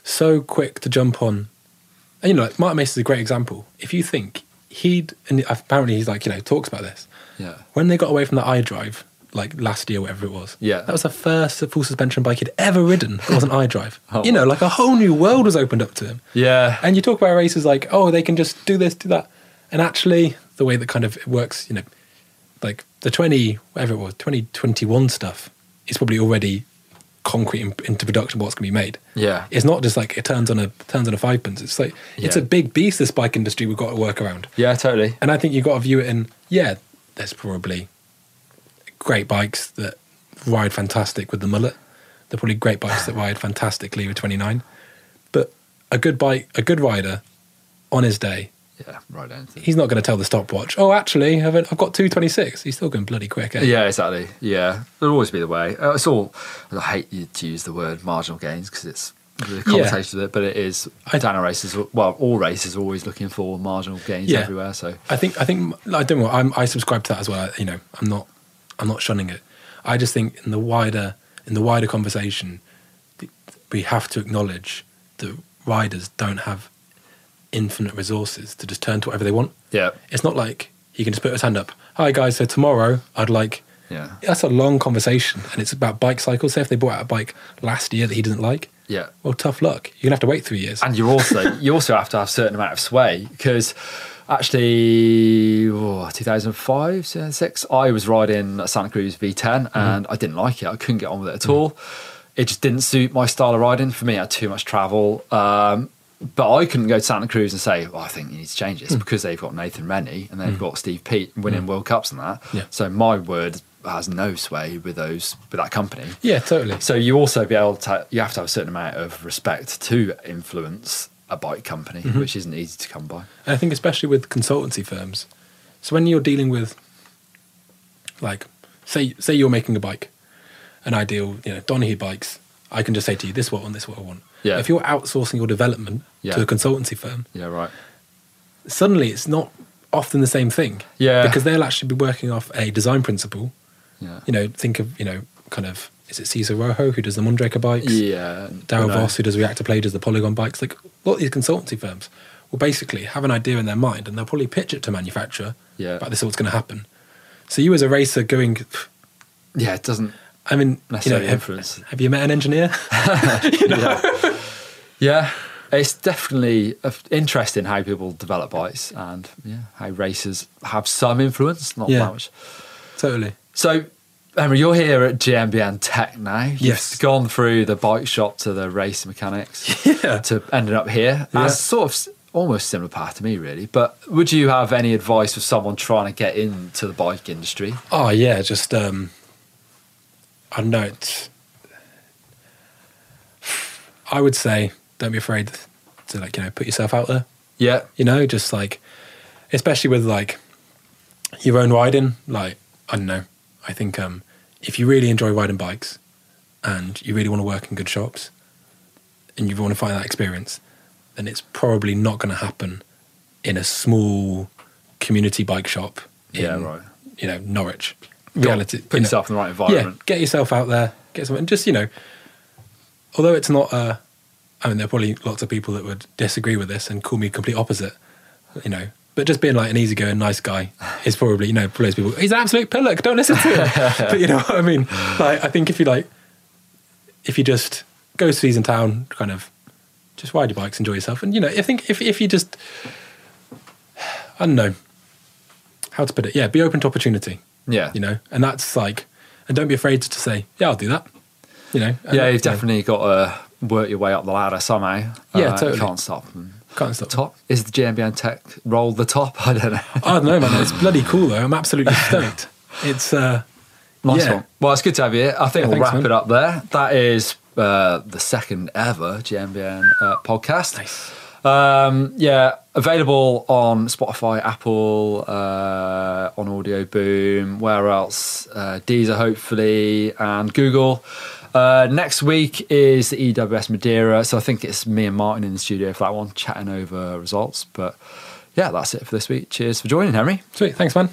so quick to jump on. And, you know, like Martin Mace is a great example. If you think he'd, and apparently he's like, you know, talks about this. Yeah. When they got away from the iDrive, like last year, whatever it was, Yeah. that was the first full suspension bike he'd ever ridden. It [laughs] was an iDrive. Oh, you know, like a whole new world was opened up to him. Yeah. And you talk about races like, oh, they can just do this, do that. And actually, the way that kind of it works, you know, like the 20, whatever it was, 2021 stuff is probably already concrete in, into production what's going to be made. Yeah. It's not just like it turns on a turns on a fivepence. It's like it's Yeah. a big beast. This bike industry we've got to work around. Yeah, totally. And I think you've got to view it in, yeah, there's probably great bikes that ride fantastic with the mullet. They're probably great bikes that ride fantastically with 29. But a good bike, a good rider, on his day, Yeah, right down. he's not going to tell the stopwatch. Oh, actually, I've, I've got two twenty six. He's still going bloody quick. Eh? Yeah, exactly. Yeah, it'll always be the way. Uh, It's all. I hate you to use the word marginal gains because it's the connotation of it, but it is. I- Dano races, well, all races are always looking for marginal gains Yeah. everywhere. So I think I think I don't know. I'm, I subscribe to that as well. You know, I'm not I'm not shunning it. I just think in the wider in the wider conversation, th- we have to acknowledge that riders don't have infinite resources to just turn to whatever they want. yeah, It's not like you can just put his hand up. Hi guys, so tomorrow I'd like. yeah, That's a long conversation, and it's about bike cycles. Say if they bought out a bike last year that he didn't like, yeah. well, tough luck. You're gonna have to wait three years. And you also you also have to have a certain amount of sway because actually, oh, 2005, 2006, I was riding a Santa Cruz V10 and I didn't like it. I couldn't get on with it at all. It just didn't suit my style of riding. For me, I had too much travel. Um, but I couldn't go to Santa Cruz and say, well, I think you need to change this because they've got Nathan Rennie and they've got Steve Pete winning World Cups and that. Yeah. So my word has no sway with those with that company. yeah, totally. So you also be able to you have to have a certain amount of respect to influence a bike company, Mm-hmm. which isn't easy to come by. And I think especially with consultancy firms. So when you're dealing with, like, say say you're making a bike, an ideal you know Donahue bikes, I can just say to you this is what I want, this is what I want. Yeah. If you're outsourcing your development Yeah. to a consultancy firm, Yeah, right. suddenly it's not often the same thing. Yeah. Because they'll actually be working off a design principle. Yeah. You know, think of you know kind of is it Cesar Rojo who does the Mondraker bikes? yeah. Daryl no. Voss, who does Reactor Play, does the Polygon bikes. Like a lot of these consultancy firms will basically have an idea in their mind and they'll probably pitch it to a manufacturer. Yeah. But this is what's going to happen. So you as a racer going, "Pff, Yeah, it doesn't I mean, you know, necessarily have, influence. have you met an [laughs] engineer? Yeah. It's definitely uh, interesting how people develop bikes and yeah, how racers have some influence, not Yeah. that much. totally. So, Henry, you're here at GMBN Tech now. You've Yes. gone through the bike shop to the race mechanics Yeah. to ending up here. Yeah. That's sort of s- almost similar path to me, really. But would you have any advice for someone trying to get into the bike industry? Oh yeah, just um, I don't know. It's, I would say don't be afraid to like you know put yourself out there. Yeah, you know just like especially with like your own riding like i don't know i think um if you really enjoy riding bikes and you really want to work in good shops and you want to find that experience then it's probably not going to happen in a small community bike shop in, Yeah, right. you know norwich reality Put you know. yourself in the right environment. Yeah, get yourself out there, get some, and just you know, although it's not, uh, I mean, there are probably lots of people that would disagree with this and call me complete opposite, you know. But just being like an easygoing, nice guy is probably, you know, for those people, he's an absolute pillock. Don't listen to him. but you know what I mean? Like, I think if you like, if you just go to season town, kind of, just ride your bikes, enjoy yourself, and you know, I think if if you just, I don't know how to put it. Yeah, be open to opportunity Yeah. you know and that's like and don't be afraid to say yeah i'll do that you know and, yeah, you know, you've definitely got to work your way up the ladder somehow. Uh, Yeah, You totally. can't stop from can't stop top. Is the GMBN Tech role the top? [laughs] I don't know. i don't know man it's bloody cool though i'm [laughs] absolutely stoked it's uh Nice Yeah. one. Well, it's good to have you. here. I think Yeah, we'll thanks, wrap man. it up there. That is uh, the second ever GMBN uh, podcast. Nice. Um, yeah, available on Spotify, Apple, uh, on Audio Boom, where else? Uh, Deezer, hopefully, and Google. Uh, next week is the EWS Madeira, so I think it's me and Martin in the studio for that one, chatting over results. But yeah, that's it for this week. Cheers for joining, Henry. sweet thanks man